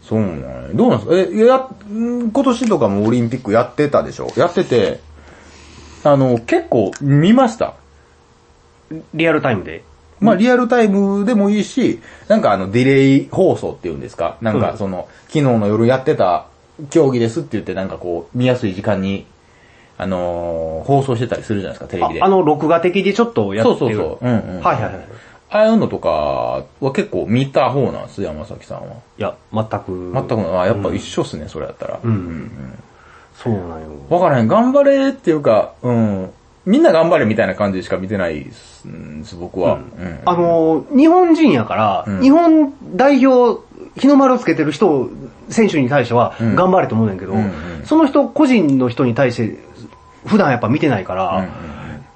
Speaker 3: そうなんやどうなんですかえ、や、ん今年とかもオリンピックやってたでしょやってて、あの、結構見ました。
Speaker 2: リアルタイムで。
Speaker 3: まあ、リアルタイムでもいいし、なんかあの、ディレイ放送っていうんですかなん
Speaker 2: う
Speaker 3: か
Speaker 2: ん
Speaker 3: その、昨日の夜やってた競技ですって言ってなんかこう、見やすい時間に、あのー放送してたりするじゃないですか、テレ
Speaker 2: あ
Speaker 3: ビで。
Speaker 2: あの、録画的でちょっとやってる。
Speaker 3: そうそうそううんうん
Speaker 2: はいはいはい。
Speaker 3: ああいうのとかは結構見た方なんです、山崎さんは。
Speaker 2: いや、全く。
Speaker 3: 全くの、あやっぱ一緒っすね、それやったら。
Speaker 2: うん。そうなんよ。
Speaker 3: わからへん、頑張れっていうか、うん。みんな頑張れみたいな感じしか見てないっす、うんです僕は。うん
Speaker 2: あのー、日本人やから、
Speaker 3: うん
Speaker 2: 日本代表、日の丸をつけてる人、選手に対しては
Speaker 3: うん
Speaker 2: 頑張れと思うねんけど、
Speaker 3: うんうん
Speaker 2: その人、個人の人に対して、普段やっぱ見てないか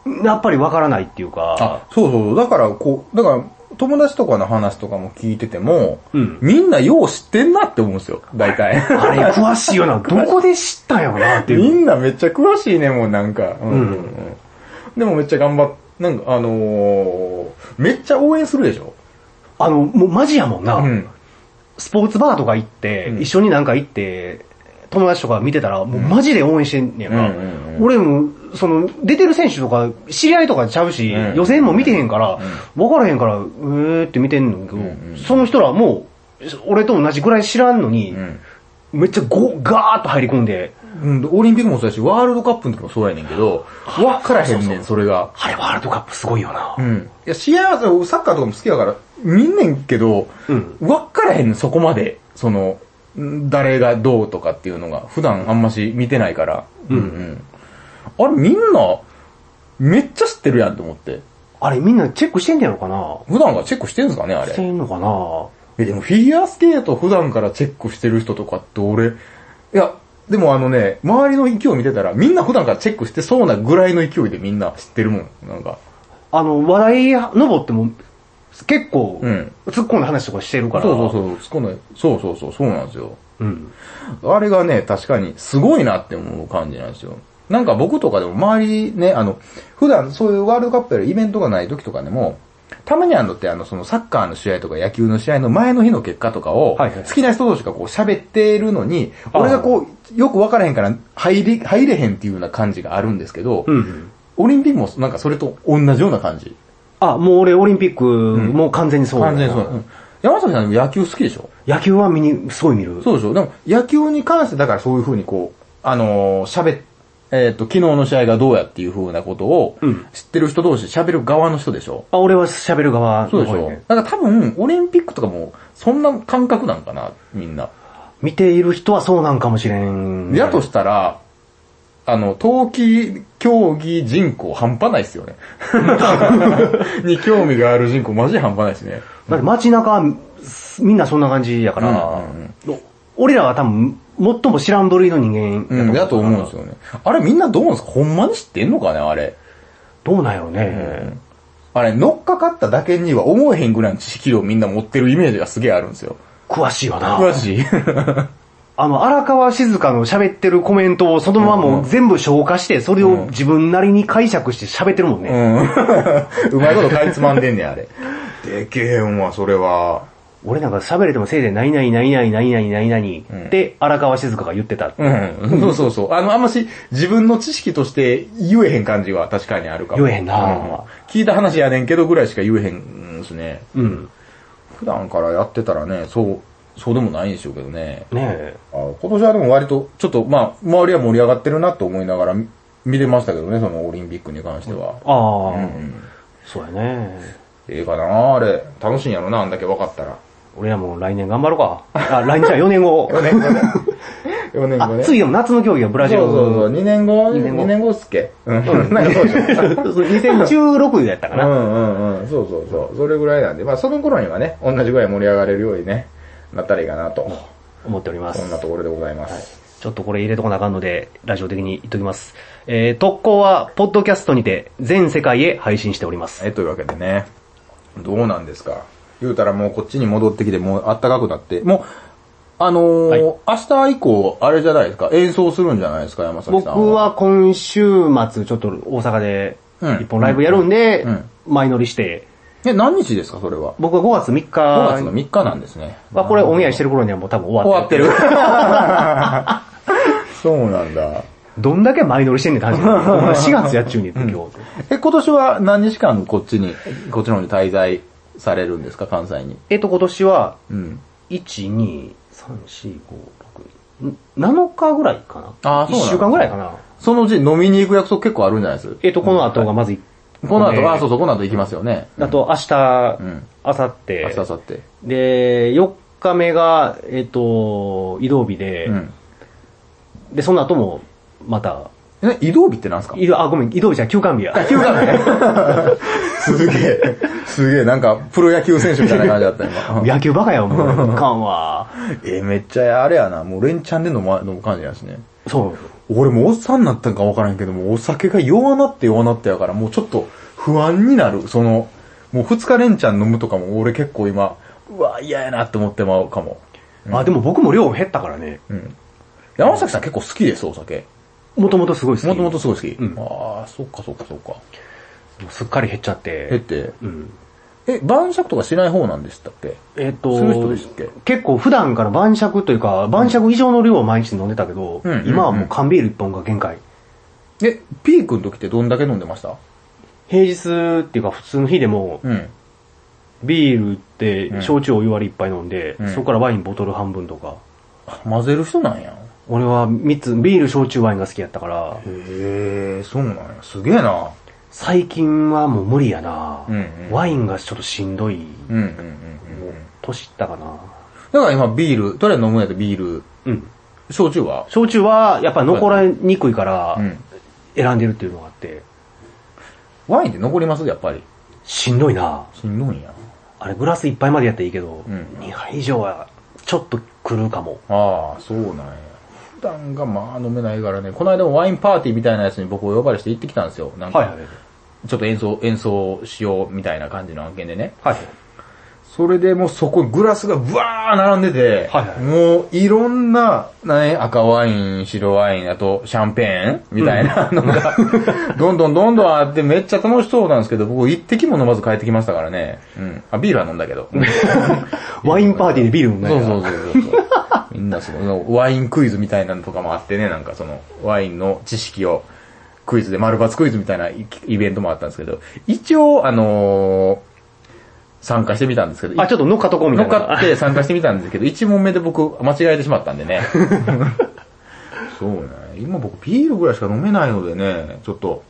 Speaker 3: うんうん
Speaker 2: ら、やっぱりわからないっていうか
Speaker 3: あ、、そうそう、だからこう、だから、友達とかの話とかも聞いてても、
Speaker 2: うん
Speaker 3: みんなよう知ってんなって思うんですよ、大 体。
Speaker 2: あれ詳しいよな、どこで知ったんやろなって
Speaker 3: み
Speaker 2: いう。
Speaker 3: んなめっちゃ詳しいね、もうなんか。うん
Speaker 2: うん
Speaker 3: でもめっちゃ頑張っ、なんかあのー、めっちゃ応援するでしょ
Speaker 2: あの、もうマジやもんな。
Speaker 3: うん。
Speaker 2: スポーツバーとか行って、
Speaker 3: うん
Speaker 2: 一緒になんか行って、友達とか見てたら、もうマジで応援してんねやから、
Speaker 3: うんうんうん
Speaker 2: 俺も、その、出てる選手とか、知り合いとかちゃうし、
Speaker 3: うん
Speaker 2: 予選も見てへんから、
Speaker 3: う
Speaker 2: 分からへんから、うーって見てんのけど、
Speaker 3: んうん
Speaker 2: その人らもう、俺と同じぐらい知らんのに、
Speaker 3: うん
Speaker 2: めっちゃゴガーッと入り込んで、
Speaker 3: うん、オリンピックもそうやし、ワールドカップの時もそうやねんけど、わっからへんねん、それが。
Speaker 2: あれワールドカップすごいよな。
Speaker 3: うん。いや、試合はさサッカーとかも好きだから、見んねんけど、
Speaker 2: うん
Speaker 3: わっからへんねん、そこまで。その、ん誰がどうとかっていうのが、普段あんまし見てないから。
Speaker 2: うん
Speaker 3: うんあれ、みんな、めっちゃ知ってるやんと思って。
Speaker 2: あれみんなチェックしてんねやろかな
Speaker 3: 普段からチェックしてんすかね、あれ
Speaker 2: し。てんのかな
Speaker 3: え、でもフィギュアスケート普段からチェックしてる人とかって俺、いや、でもあのね、周りの勢いを見てたら、みんな普段からチェックしてそうなぐらいの勢いでみんな知ってるもん。なんか。
Speaker 2: あの、話題登っても、結構、
Speaker 3: うん
Speaker 2: 突っ込んだ話とかしてるか
Speaker 3: そう
Speaker 2: ら。
Speaker 3: そうそう、そこのそうそうそう、そうなんですよ。
Speaker 2: うん。
Speaker 3: あれがね、確かにすごいなって思う感じなんですよ。なんか僕とかでも周りね、あの、普段そういうワールドカップやるイベントがない時とかでも、たまにあるのってあの、そのサッカーの試合とか野球の試合の前の日の結果とかを、
Speaker 2: はいはい
Speaker 3: 好きな人同士がこう喋ってるのに、
Speaker 2: あー
Speaker 3: 俺がこう、よくわからへんから入り、入れへんっていうような感じがあるんですけど、
Speaker 2: うん。
Speaker 3: オリンピックもなんかそれと同じような感じ。
Speaker 2: あ、もう俺オリンピック、もう完全にそうだな
Speaker 3: 完全にそう。うん山崎さんでも野球好きでしょ
Speaker 2: 野球は見に、すごい見る。
Speaker 3: そうでしょ。でも、野球に関して、だからそういうふうにこう、あのー、喋っ、えっ、と、昨日の試合がどうやっていうふうなことを
Speaker 2: うん、
Speaker 3: 知ってる人同士喋る側の人でしょ。
Speaker 2: あ、俺は喋る側の
Speaker 3: そう
Speaker 2: 方
Speaker 3: でしょ。
Speaker 2: ね。
Speaker 3: だから多分、オリンピックとかも、そんな感覚なんかな、みんな。
Speaker 2: 見ている人はそうなんかもしれん。
Speaker 3: やとしたら、あの、冬季競技人口半端ないっす よね。に興味がある人口マジで半端ないですね。
Speaker 2: だって街中は、みんなそんな感じやか
Speaker 3: う
Speaker 2: ら、
Speaker 3: んうん
Speaker 2: 俺らは多分、最も知らん部類の人間
Speaker 3: うん、だと思うんです
Speaker 2: よ。
Speaker 3: よね。あれみんなどうなんですかほんまに知ってんのかねあれ。
Speaker 2: どうなんやろうね。
Speaker 3: あれ、乗っかかっただけには思えへんぐらいの知識量をみんな持ってるイメージがすげえあるんですよ。
Speaker 2: 詳しいよな。
Speaker 3: 詳しい。
Speaker 2: あの、荒川静香の喋ってるコメントをそのままもう全部消化して、それを自分なりに解釈して喋ってるもん
Speaker 3: う
Speaker 2: ね。
Speaker 3: ん。うまいことかいつまんでんねん、あれ。でけへんわ、それは。
Speaker 2: 俺なんか喋れてもせいで、何々何々何々何々って荒川静香が言ってた。
Speaker 3: うん。そうそうそう。あの、あんまし、自分の知識として言えへん感じは確かにあるかも。
Speaker 2: 言えへんな
Speaker 3: うん聞いた話やねんけどぐらいしか言えへんですね。
Speaker 2: うん。
Speaker 3: 普段からやってたらね、そう、そうでもないんでしょうけどね。
Speaker 2: ねえ。
Speaker 3: あ今年はでも割と、ちょっと、まあ、周りは盛り上がってるなと思いながら見見れましたけどね、そのオリンピックに関しては。
Speaker 2: ああ、
Speaker 3: うん
Speaker 2: そうやね。
Speaker 3: ええかなあれ。楽しいんやろな、あんだけ分かったら。
Speaker 2: 俺らも来年頑張ろうか。あ、来年じゃ4年後。
Speaker 3: ね、 4年後
Speaker 2: あ、
Speaker 3: ね。
Speaker 2: 次でも夏の競技はブラジル。
Speaker 3: そうそうそう、2年後、
Speaker 2: 二年後
Speaker 3: 2年後っすっけうん。 なんかそうじゃん。
Speaker 2: 2016やったか
Speaker 3: う
Speaker 2: な。
Speaker 3: んうんうん。そうそうそう。それぐらいなんで、まあその頃にはね、同じぐらい盛り上がれるようにね、なったらいいかなと。
Speaker 2: 思っております
Speaker 3: こん。なところでございます。
Speaker 2: ちょっとこれ入れとこなあかんので、ラジオ的に言っときます。えー、特攻は、ポッドキャストにて、全世界へ配信しております。
Speaker 3: え、というわけでね、どうなんですか。言うたらもうこっちに戻ってきて、もう暖かくなって、もう、あのー
Speaker 2: はい
Speaker 3: 明日以降、あれじゃないですか、演奏するんじゃないですか、山崎
Speaker 2: 僕
Speaker 3: さんは。
Speaker 2: は今週末、ちょっと大阪で、
Speaker 3: うん
Speaker 2: 一本ライブやるんで
Speaker 3: うん、
Speaker 2: 前乗りして、
Speaker 3: え、何日ですか、それは。
Speaker 2: 僕は5月3
Speaker 3: 5月の
Speaker 2: 日、
Speaker 3: 3日なんですね。
Speaker 2: まあこれオンエアしてる頃にはもう多分終
Speaker 3: 終
Speaker 2: わ
Speaker 3: わ
Speaker 2: っ
Speaker 3: ってて
Speaker 2: る。
Speaker 3: る。そうなんだ。
Speaker 2: どんだけ前乗りしてんねんって話だ よ4月やっちゅうに、今日。
Speaker 3: え、今年は何日間こっちに、こっちの方に滞在されるんですか、関西に。
Speaker 2: えっと、今年は、
Speaker 3: うん。
Speaker 2: 1、2、3、4、5、6、7日ぐらいかな。
Speaker 3: あーそうなんだ
Speaker 2: 1週間ぐらいかな。
Speaker 3: そのうち飲みに行く約束結構あるんじゃないです
Speaker 2: えっと、この後がまず一個目、
Speaker 3: この後、あ、そうそう、この後行きますよね。
Speaker 2: あと、明日
Speaker 3: うん、
Speaker 2: 明後
Speaker 3: 明日、明
Speaker 2: 日、
Speaker 3: 後日。
Speaker 2: で、4日目が、えっと、移動日で
Speaker 3: う、ん。
Speaker 2: で、その後も、また、
Speaker 3: え、移動日ってなんですか
Speaker 2: 移動あ、ごめん、移動日じゃない休館日や。
Speaker 3: 球だね。 すげえ、すげえ、なんか、プロ野球選手みたいな感じだった今。
Speaker 2: 野球バカや、もう、かんわ。
Speaker 3: え、めっちゃあれやな、もう連チャンで飲ま、飲む感じなんですね。
Speaker 2: そう。
Speaker 3: 俺もうおっさんになったんかわからんけども、お酒が弱なって弱なってやから、もうちょっと不安になる。その、もう二日連チャン飲むとかも、俺結構今、うわ、嫌やなって思ってまうかも。
Speaker 2: あ、でも僕も量減ったからね。
Speaker 3: うん。山崎さん結構好きです、お酒。
Speaker 2: もともとすごい好き。
Speaker 3: もともとすごい好き。
Speaker 2: うん
Speaker 3: ああ、そっかそっかそっか。
Speaker 2: すっかり減っちゃっ。
Speaker 3: えってて、
Speaker 2: うん。
Speaker 3: え、晩酌とかしない方なんでしたっけ
Speaker 2: えっと、
Speaker 3: する人でしたっけ
Speaker 2: 結構普段から晩酌というか、晩酌以上の量を毎日飲んでたけど、
Speaker 3: うん
Speaker 2: 今はもう缶ビール一本が限界。
Speaker 3: え、ピークの時ってどんだけ飲んでました
Speaker 2: 平日っていうか普通の日でも、
Speaker 3: うん。
Speaker 2: ビールって焼酎を湯割り一杯飲んで、
Speaker 3: うん
Speaker 2: そこからワインボトル半分とか。
Speaker 3: あ混ぜる人なんや。
Speaker 2: 俺は3つ、ビール、焼酎、ワインが好きやったから、
Speaker 3: へえ、そうなんや。すげえな。
Speaker 2: 最近はもう無理やな、
Speaker 3: うんうん
Speaker 2: ワインがちょっとしんどい。
Speaker 3: うんうんうんうんうん。
Speaker 2: 年いったかな。
Speaker 3: だから今ビール、とりあえず飲むんやつビール、
Speaker 2: うん。
Speaker 3: 焼酎は
Speaker 2: 焼酎はやっぱ残らにくいから
Speaker 3: う、ん。
Speaker 2: 選んでるっていうのがあって、
Speaker 3: ワインって残りますやっぱり。
Speaker 2: しんどいな
Speaker 3: しんどいんや。
Speaker 2: あれグラス一杯までやったらいいけど、
Speaker 3: うん
Speaker 2: 2杯以上はちょっと来るかも。
Speaker 3: ああ、そうなんや。普段がまあ飲めないからね。この間もワインパーティーみたいなやつに僕を呼ばれして行ってきたんですよ。なんか、
Speaker 2: はい。
Speaker 3: ちょっと演奏、演奏しようみたいな感じの案件でね。
Speaker 2: はい。
Speaker 3: それでもうそこグラスがブワー並んでて、
Speaker 2: はいはい
Speaker 3: もういろんな、ね、赤ワイン、白ワイン、あとシャンペーンみたいなのが、どんどんどんどんあってめっちゃ楽しそうなんですけど、僕一滴も飲まず帰ってきましたからね。うん。あ、ビールは飲んだけど。
Speaker 2: ワインパーティーでビール飲んだ
Speaker 3: そう
Speaker 2: ら
Speaker 3: そうそうそう。みんなその、ワインクイズみたいなのとかもあってね、なんかその、ワインの知識を、クイズで、丸抜クイズみたいなイイベントもあったんですけど、一応、あのー参加してみたんですけど、
Speaker 2: あ、ちょっと乗っかっ とこうみた
Speaker 3: 乗
Speaker 2: い
Speaker 3: っ
Speaker 2: な。
Speaker 3: かって参加してみたんですけど、1問目で僕間違えてしまったんでね。そうね。今僕ビールぐらいしか飲めないのでね、ちょっと、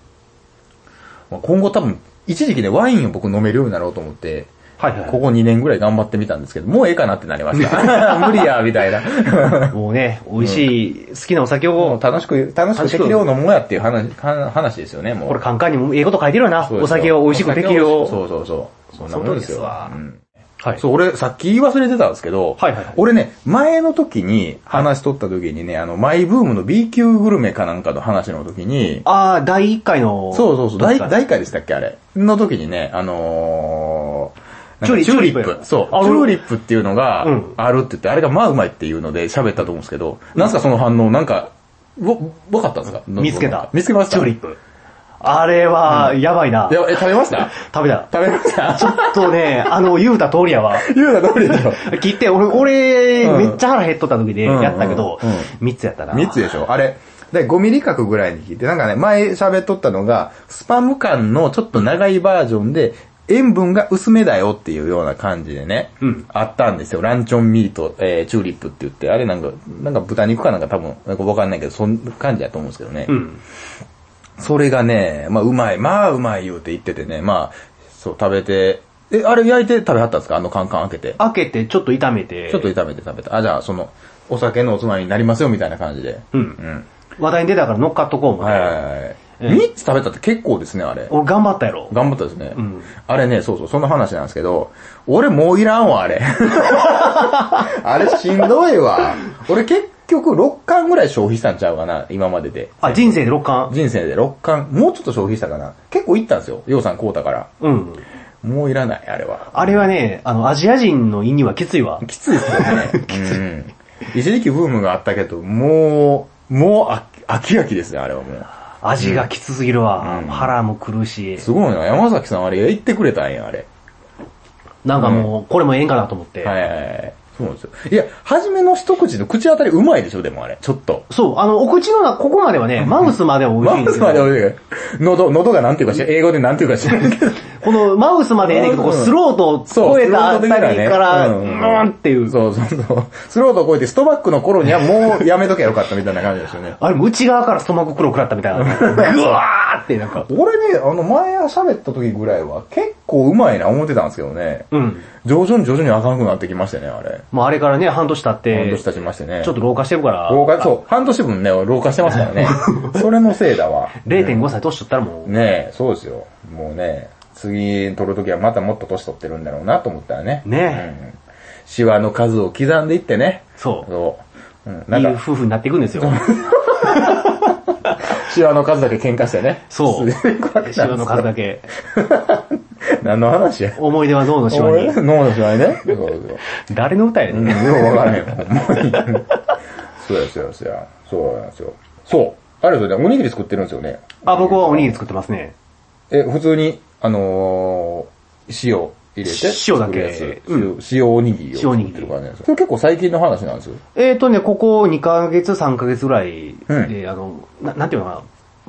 Speaker 3: まあ今後多分、一時期ね、ワインを僕飲めるようになろうと思って、
Speaker 2: はいはいはい
Speaker 3: ここ2年ぐらい頑張ってみたんですけど、もうええかなってなり ました。無理や、みたいな。
Speaker 2: もうね、美味しい、好きなお酒
Speaker 3: も
Speaker 2: を
Speaker 3: う、楽しく、楽しく適量飲もうやっていう話、は話ですよね、もう。
Speaker 2: これカンカンにもええこと書いてるよな。
Speaker 3: そう
Speaker 2: お
Speaker 3: ですよ
Speaker 2: 酒を美味しく適量。
Speaker 3: そうそうそう。そんなもんです
Speaker 2: その通りです
Speaker 3: よ。
Speaker 2: わ
Speaker 3: うん
Speaker 2: はい。
Speaker 3: そう、俺、さっき言い忘れてたんですけど、
Speaker 2: はいはいはい
Speaker 3: 俺ね、前の時に、話しとった時にね、あの、マイブームの B 級グルメかなんかの話の時に、
Speaker 2: ああ、第1回の。
Speaker 3: そうそうそう、
Speaker 2: どっ
Speaker 3: 大、
Speaker 2: ちか
Speaker 3: 大会でしたっけ、あれ。の時にね、あのー、
Speaker 2: チューリップ
Speaker 3: なん
Speaker 2: チューリ
Speaker 3: か
Speaker 2: ップ
Speaker 3: そう。チ
Speaker 2: あ
Speaker 3: ューリップっていうのが
Speaker 2: うん、
Speaker 3: あるって言って、あれがまあうまいっていうので喋ったと思うんですけど、なんすかその反応、なんか、わ、わかったんですか
Speaker 2: 見つけた。
Speaker 3: 見つけまし
Speaker 2: チ
Speaker 3: た
Speaker 2: ューリップ。あれは、やばいな。
Speaker 3: いやえ、食べました
Speaker 2: 食べた。
Speaker 3: 食べました
Speaker 2: ちょっとね、 あの、言うた通りやわ。
Speaker 3: 言うな通りでしょ。
Speaker 2: 切って、俺、俺、
Speaker 3: うん
Speaker 2: めっちゃ腹減っとった時でやったけど
Speaker 3: うんうんうん、
Speaker 2: 3つやったな。
Speaker 3: 3つでしょあれ。で、5ミリ角ぐらいに切って、なんかね、前喋っとったのが、スパム感のちょっと長いバージョンで、塩分が薄めだよっていうような感じでね、
Speaker 2: うん
Speaker 3: あったんですよ。ランチョンミート、えー、チューリップって言って、あれなんか、なんか豚肉かなんか多分、なんかわかんないけど、そんな感じだと思うんですけどね。
Speaker 2: うん。
Speaker 3: それがね、まあうまい、まあうまい言うて言っててね、まあ、そう食べて、え、あれ焼いて食べはったんですかあのカンカン開けて。
Speaker 2: 開けて、ちょっと炒めて。
Speaker 3: ちょっと炒めて食べた。あ、じゃあ、その、お酒のおつまみになりますよみたいな感じで。
Speaker 2: うん
Speaker 3: うん。
Speaker 2: 話題に出たから乗っかっとこうもね。
Speaker 3: はいはいはい。
Speaker 2: ええ
Speaker 3: 3つ食べたって結構ですね、あれ。
Speaker 2: 俺頑張ったやろ。
Speaker 3: 頑張ったですね。
Speaker 2: ん
Speaker 3: あれね、そうそう、その話なんですけど、俺もういらんわ、あれ。あれしんどいわ。俺結局6巻ぐらい消費したんちゃうかな、今までで。
Speaker 2: あ、人生で6巻。
Speaker 3: 人生で6巻、もうちょっと消費したかな。結構いったんですよ、ようさんこうたから。
Speaker 2: うん。
Speaker 3: もういらない、あれは。
Speaker 2: あれはね、あの、アジア人の胃にはきついわ。
Speaker 3: きついですよね。 うん一時期ブームがあったけど、もう、もうあ飽き飽きですね、あれはもう。
Speaker 2: 味がきつすぎるわ。
Speaker 3: うん
Speaker 2: 腹も来るし。
Speaker 3: すごいな、山崎さんあれ言ってくれたんや、あれ。
Speaker 2: なんかもう、これもええんかなと思って。
Speaker 3: はいはいはい。そうなんですよ。いや、初めの一口の口当たりうまいでしょ、でもあれ。ちょっと。
Speaker 2: そう、あの、お口の中、ここまではね、マウスまでは美味し
Speaker 3: マ
Speaker 2: いんで
Speaker 3: ウ
Speaker 2: すけ
Speaker 3: ス
Speaker 2: ど
Speaker 3: まで美味しいけど喉、喉がなんていうかし、英語でなんていう かしらんけど。
Speaker 2: このマウスまでええねんけど、こう
Speaker 3: うん
Speaker 2: スロートを超えたあたりから、
Speaker 3: そうう
Speaker 2: ーんっていう。
Speaker 3: そうそうそう。スロートを超えてストバックの頃にはもうやめとけばよかったみたいな感じですよね。
Speaker 2: あれ、内側からストマク黒くらったみたいな。ぐわーって、なんか。
Speaker 3: 俺ね、あの前喋った時ぐらいは結構うまいな思ってたんですけどね。
Speaker 2: うん。
Speaker 3: 徐々に徐々にあかんくなってきましてね、あれ。
Speaker 2: もうあれからね、半年経って、
Speaker 3: 半年経ちましてね。
Speaker 2: ちょっと老化してるから、
Speaker 3: 老化、そう、半年分ね、老化してますか らね。それのせいだわ。
Speaker 2: 0.5歳年取ったらもう、
Speaker 3: ねえ、そうですよ。もうね、次撮るときはまたもっと年取ってるんだろうなと思ったらね。
Speaker 2: ね
Speaker 3: え。シワの数を刻んでいってね。
Speaker 2: そう
Speaker 3: そう。うん、
Speaker 2: いい
Speaker 3: なんか、
Speaker 2: 夫婦になっていくん ですよ。
Speaker 3: シワの数だけ喧嘩してね。
Speaker 2: そう。
Speaker 3: 進んでいくわけなんです
Speaker 2: シ
Speaker 3: よ
Speaker 2: ワの数だ。け。
Speaker 3: 何の話や。
Speaker 2: 思い出は脳のシワ
Speaker 3: 俺
Speaker 2: に。
Speaker 3: 脳のシワにね。そう そう。
Speaker 2: 誰の歌やね
Speaker 3: うん、
Speaker 2: ん。
Speaker 3: ようわからへん。ほんまに。そうや、そうや、そうや。そうなんですよ。そう。あれですよね、おにぎり作ってるんですよね。
Speaker 2: あ、僕はおにぎり作ってますね。
Speaker 3: え、普通に、あのー、塩入れて。
Speaker 2: 塩だけ
Speaker 3: 作るやつ
Speaker 2: うん
Speaker 3: 塩塩おにぎりを
Speaker 2: 塩お
Speaker 3: 作
Speaker 2: に
Speaker 3: っ
Speaker 2: ぎり
Speaker 3: てる感じなんですよそれ結構最近の話なんですよ。
Speaker 2: えっ、ー、とね、ここ2ヶ月、3ヶ月ぐらいで、
Speaker 3: う
Speaker 2: あのな、なんていうのかな、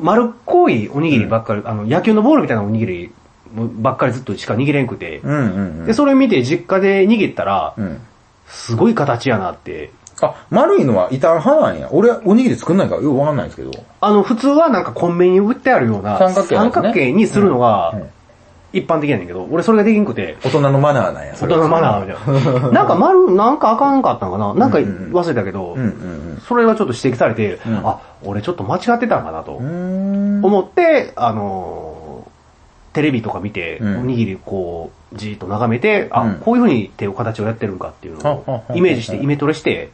Speaker 2: 丸っこいおにぎりばっかり、あの、野球のボールみたいなおにぎりばっかりずっとしか握れんくて、
Speaker 3: うんうんうん。
Speaker 2: で、それ見て実家で握ったら、
Speaker 3: うん。
Speaker 2: すごい形やなって、
Speaker 3: あ、丸いのは板派なんや。俺、おにぎり作んないからよくわかんないんですけど。
Speaker 2: あの、普通はなんかコンビニに売ってあるような
Speaker 3: 三角形なんですね
Speaker 2: 形にするの
Speaker 3: うんう
Speaker 2: が
Speaker 3: ん
Speaker 2: 一般的やねんけど、俺それができんくて、
Speaker 3: 大人のマナーなんや、
Speaker 2: 大
Speaker 3: それ
Speaker 2: 人
Speaker 3: は
Speaker 2: のマナーみたいな。なんか丸、なんかあかんかったのかななんか忘れたけど、
Speaker 3: うんうん
Speaker 2: それはちょっと指摘されて、
Speaker 3: ん
Speaker 2: あ、俺ちょっと間違ってたんかなと。
Speaker 3: うん。うーん。
Speaker 2: 思って、あのーテレビとか見て、
Speaker 3: うん
Speaker 2: おにぎりこう、じーっと眺めて、あ、
Speaker 3: うん
Speaker 2: こういう風に手を形をやってるんかっていうの
Speaker 3: はっはっ
Speaker 2: を
Speaker 3: は
Speaker 2: イメージして、イメトレして、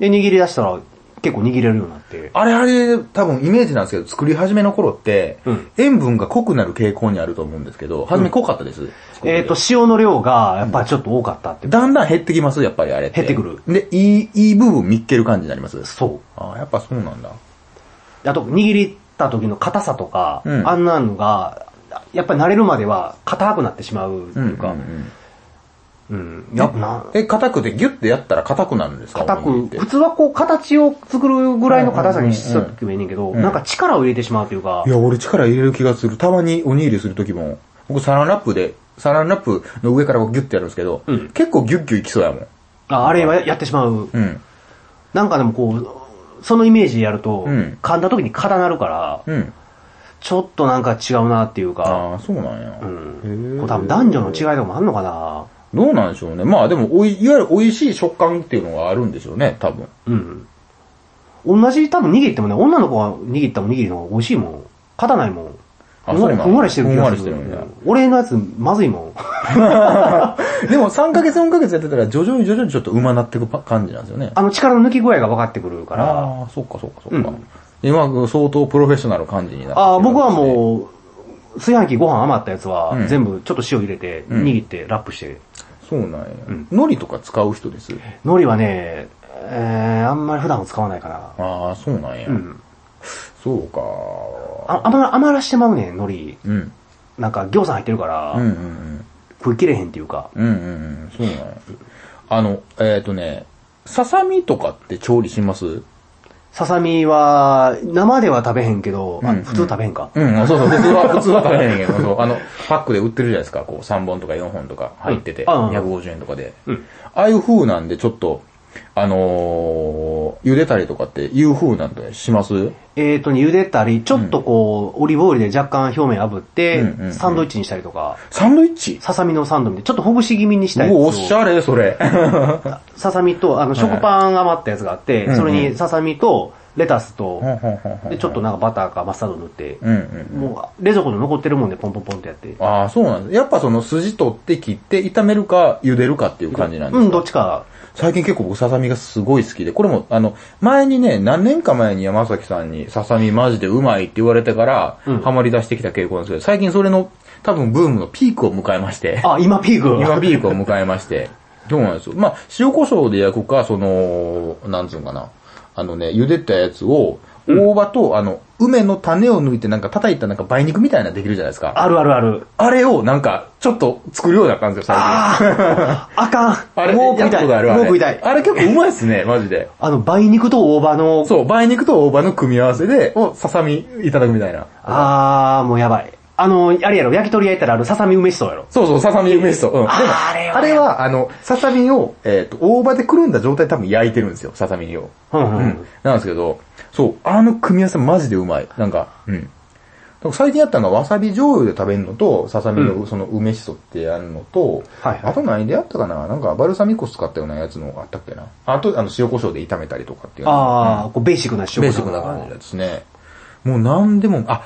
Speaker 2: で、握り出したら結構握れるようになって、
Speaker 3: あれあれ、多分イメージなんですけど、作り始めの頃って、
Speaker 2: うん
Speaker 3: 塩分が濃くなる傾向にあると思うんですけど、初め濃かったです。
Speaker 2: えっ、と、塩の量がやっぱりちょっと多かったって。
Speaker 3: だんだん減ってきます、やっぱりあれって。
Speaker 2: 減ってくる
Speaker 3: で、いい、いい部分見っける感じになります。
Speaker 2: そ
Speaker 3: ああ、やっぱそうなんだ。
Speaker 2: う。あと、握りた時の硬さとか、
Speaker 3: うん
Speaker 2: あんなのが、やっぱり慣れるまでは硬くなってしまうっていうか、うん。やっぱな、
Speaker 3: え、硬くてギュッてやったら硬くなるんですか
Speaker 2: 硬
Speaker 3: おにぎりっ
Speaker 2: く、
Speaker 3: て
Speaker 2: 普通はこう形を作るぐらいの硬さにしとけばいいねんけど、
Speaker 3: ん
Speaker 2: なんか力を入れてしまうというか
Speaker 3: い、や、俺力入れる気がする。たまにおにぎりするときも、僕サランラップで、サランラップの上からこうギュッてやるんですけど、
Speaker 2: うん
Speaker 3: 結構ギュッギュいきそうやもん。
Speaker 2: ああれはやってしまう。
Speaker 3: うん。
Speaker 2: なんかでもこう、そのイメージでやると、
Speaker 3: うん
Speaker 2: 噛んだ時に硬なるから、
Speaker 3: うん。
Speaker 2: ちょっとなんか違うなっていうか、
Speaker 3: ああ、そうなんや。
Speaker 2: うん
Speaker 3: へえ
Speaker 2: こう多分男女の違いとかもあんのかな
Speaker 3: どうなんでしょうね。まあでもおい、いわゆる美味しい食感っていうのがあるんでしょうね、多 分。
Speaker 2: うん。同じ多分握ってもね、女の子が握ったおにぎりの方が美味しいもん。硬ないもん。
Speaker 3: あ
Speaker 2: ふんわり
Speaker 3: そうなんだ
Speaker 2: ふんわりしてる気がする。
Speaker 3: ふんわりしてるんだ
Speaker 2: 俺のやつ、まずいもん。
Speaker 3: でも3ヶ月4ヶ月やってたら徐々に徐々にちょっとうまなっていく感じなんですよね。
Speaker 2: あの力の抜き具合が分かってくるから、
Speaker 3: ああ、そっかそっかそっか。
Speaker 2: うん
Speaker 3: 今、相当プロフェッショナル感じになってきてる
Speaker 2: ああ、僕は
Speaker 3: う。
Speaker 2: もう、炊飯器ご飯余ったやつは、
Speaker 3: うん
Speaker 2: 全部ちょっと塩入れて、
Speaker 3: うん
Speaker 2: 握って、ラップして。
Speaker 3: そうなんや。
Speaker 2: うん
Speaker 3: 海苔とか使う人です。
Speaker 2: 海苔はね、えー、あんまり普段は使わないかな。
Speaker 3: ああ、そうなんや。
Speaker 2: うん。
Speaker 3: そうか。
Speaker 2: あ、余ら、余らしてまうねん、海苔。
Speaker 3: うん。
Speaker 2: なんか、餃子入ってるから、
Speaker 3: うんうんうん。
Speaker 2: 食い切れへんっていうか。
Speaker 3: うんうんうん。そうなんや。あの、えっ、とね、ささみとかって調理します
Speaker 2: ささみは、生では食べへんけど、あ
Speaker 3: うんうん
Speaker 2: 普通食べへんか。
Speaker 3: うん、そうそう、普通は、普通は食べへん けど、そう、あの、パックで売ってるじゃないですか、こう、3本とか4本とか入ってて、
Speaker 2: うんあうん
Speaker 3: 250円とかで。
Speaker 2: うん
Speaker 3: ああいう風なんで、ちょっと、あのー、茹でたりとかっていう風なんでします
Speaker 2: えっ、とね、茹でたり、ちょっとこう、オリーブオイルで若干表面炙って、
Speaker 3: うんうんうん
Speaker 2: サンドイッチにしたりとか、
Speaker 3: サンドイッチ
Speaker 2: ささみのサンドみたいな、ちょっとほぐし気味にしたやつ
Speaker 3: おおっし
Speaker 2: を、
Speaker 3: ゃれ、それ。
Speaker 2: ささみと、あの、
Speaker 3: はい
Speaker 2: 食パン余ったやつがあって、
Speaker 3: うんうん
Speaker 2: それにささみと、レタスと、で、
Speaker 3: で
Speaker 2: ちょっとなんかバターかマスタード塗って、
Speaker 3: うんうん。
Speaker 2: もう、冷蔵庫の残ってるもんでポンポンポンってやって。
Speaker 3: ああ、そうなんです。やっぱその筋取って切って炒めるか茹でるかっていう感じなんです
Speaker 2: う
Speaker 3: か
Speaker 2: ん、どっちか。
Speaker 3: 最近結構僕ささみがすごい好きで、これも、あの、前にね、何年か前に山崎さんにささみマジでうまいって言われてから、
Speaker 2: うん
Speaker 3: ハマり出してきた傾向なんですけど、最近それの、多分ブームのピークを迎えまして、
Speaker 2: あ、今ピーク。
Speaker 3: 今ピークを迎えまして、どうなんですよ。まあ、塩胡椒で焼くか、その、なんつうんかな、あのね、茹でたやつを、大葉と、あの、梅の種を抜いてなんか叩いたなんか梅肉みたいなのできるじゃないですか。
Speaker 2: あるあるある。
Speaker 3: あれをなんか、ちょっと作るようになったんですよ、最近。
Speaker 2: ああ、あか
Speaker 3: あ
Speaker 2: ん。
Speaker 3: れ、
Speaker 2: もう食いた
Speaker 3: やったこ
Speaker 2: い。
Speaker 3: とある
Speaker 2: もう食いたい。
Speaker 3: あれ結構うまいっすね、マジで。
Speaker 2: あの、梅肉と大葉の、
Speaker 3: そう、梅肉と大葉の組み合わせで、をささみいただくみたいな。
Speaker 2: あー、もうやばい。あの、あれやろ、焼き鳥焼いたらあるささみ梅しそやろ。
Speaker 3: そうそう、ささみ梅しそ。うん。でも、
Speaker 2: あれは
Speaker 3: あれは、あの、ささみを、えっ、と、大葉でくるんだ状態で多分焼いてるんですよ、ささみを。
Speaker 2: うんうん
Speaker 3: なんですけど、そう、あの組み合わせマジでうまい。なんか、うん。なんか最近やったのが、わさび醤油で食べるのと、ささみ
Speaker 2: う
Speaker 3: のその梅しそってやるのと、
Speaker 2: はいはい
Speaker 3: あと何でやったかななんか、バルサミコ酢使ったようなやつのあったっけな。あと、あの、塩胡椒で炒めたりとかっていうのが
Speaker 2: あー、こうベーシックな塩
Speaker 3: ベーシックな感じですね。もう何でも、あ、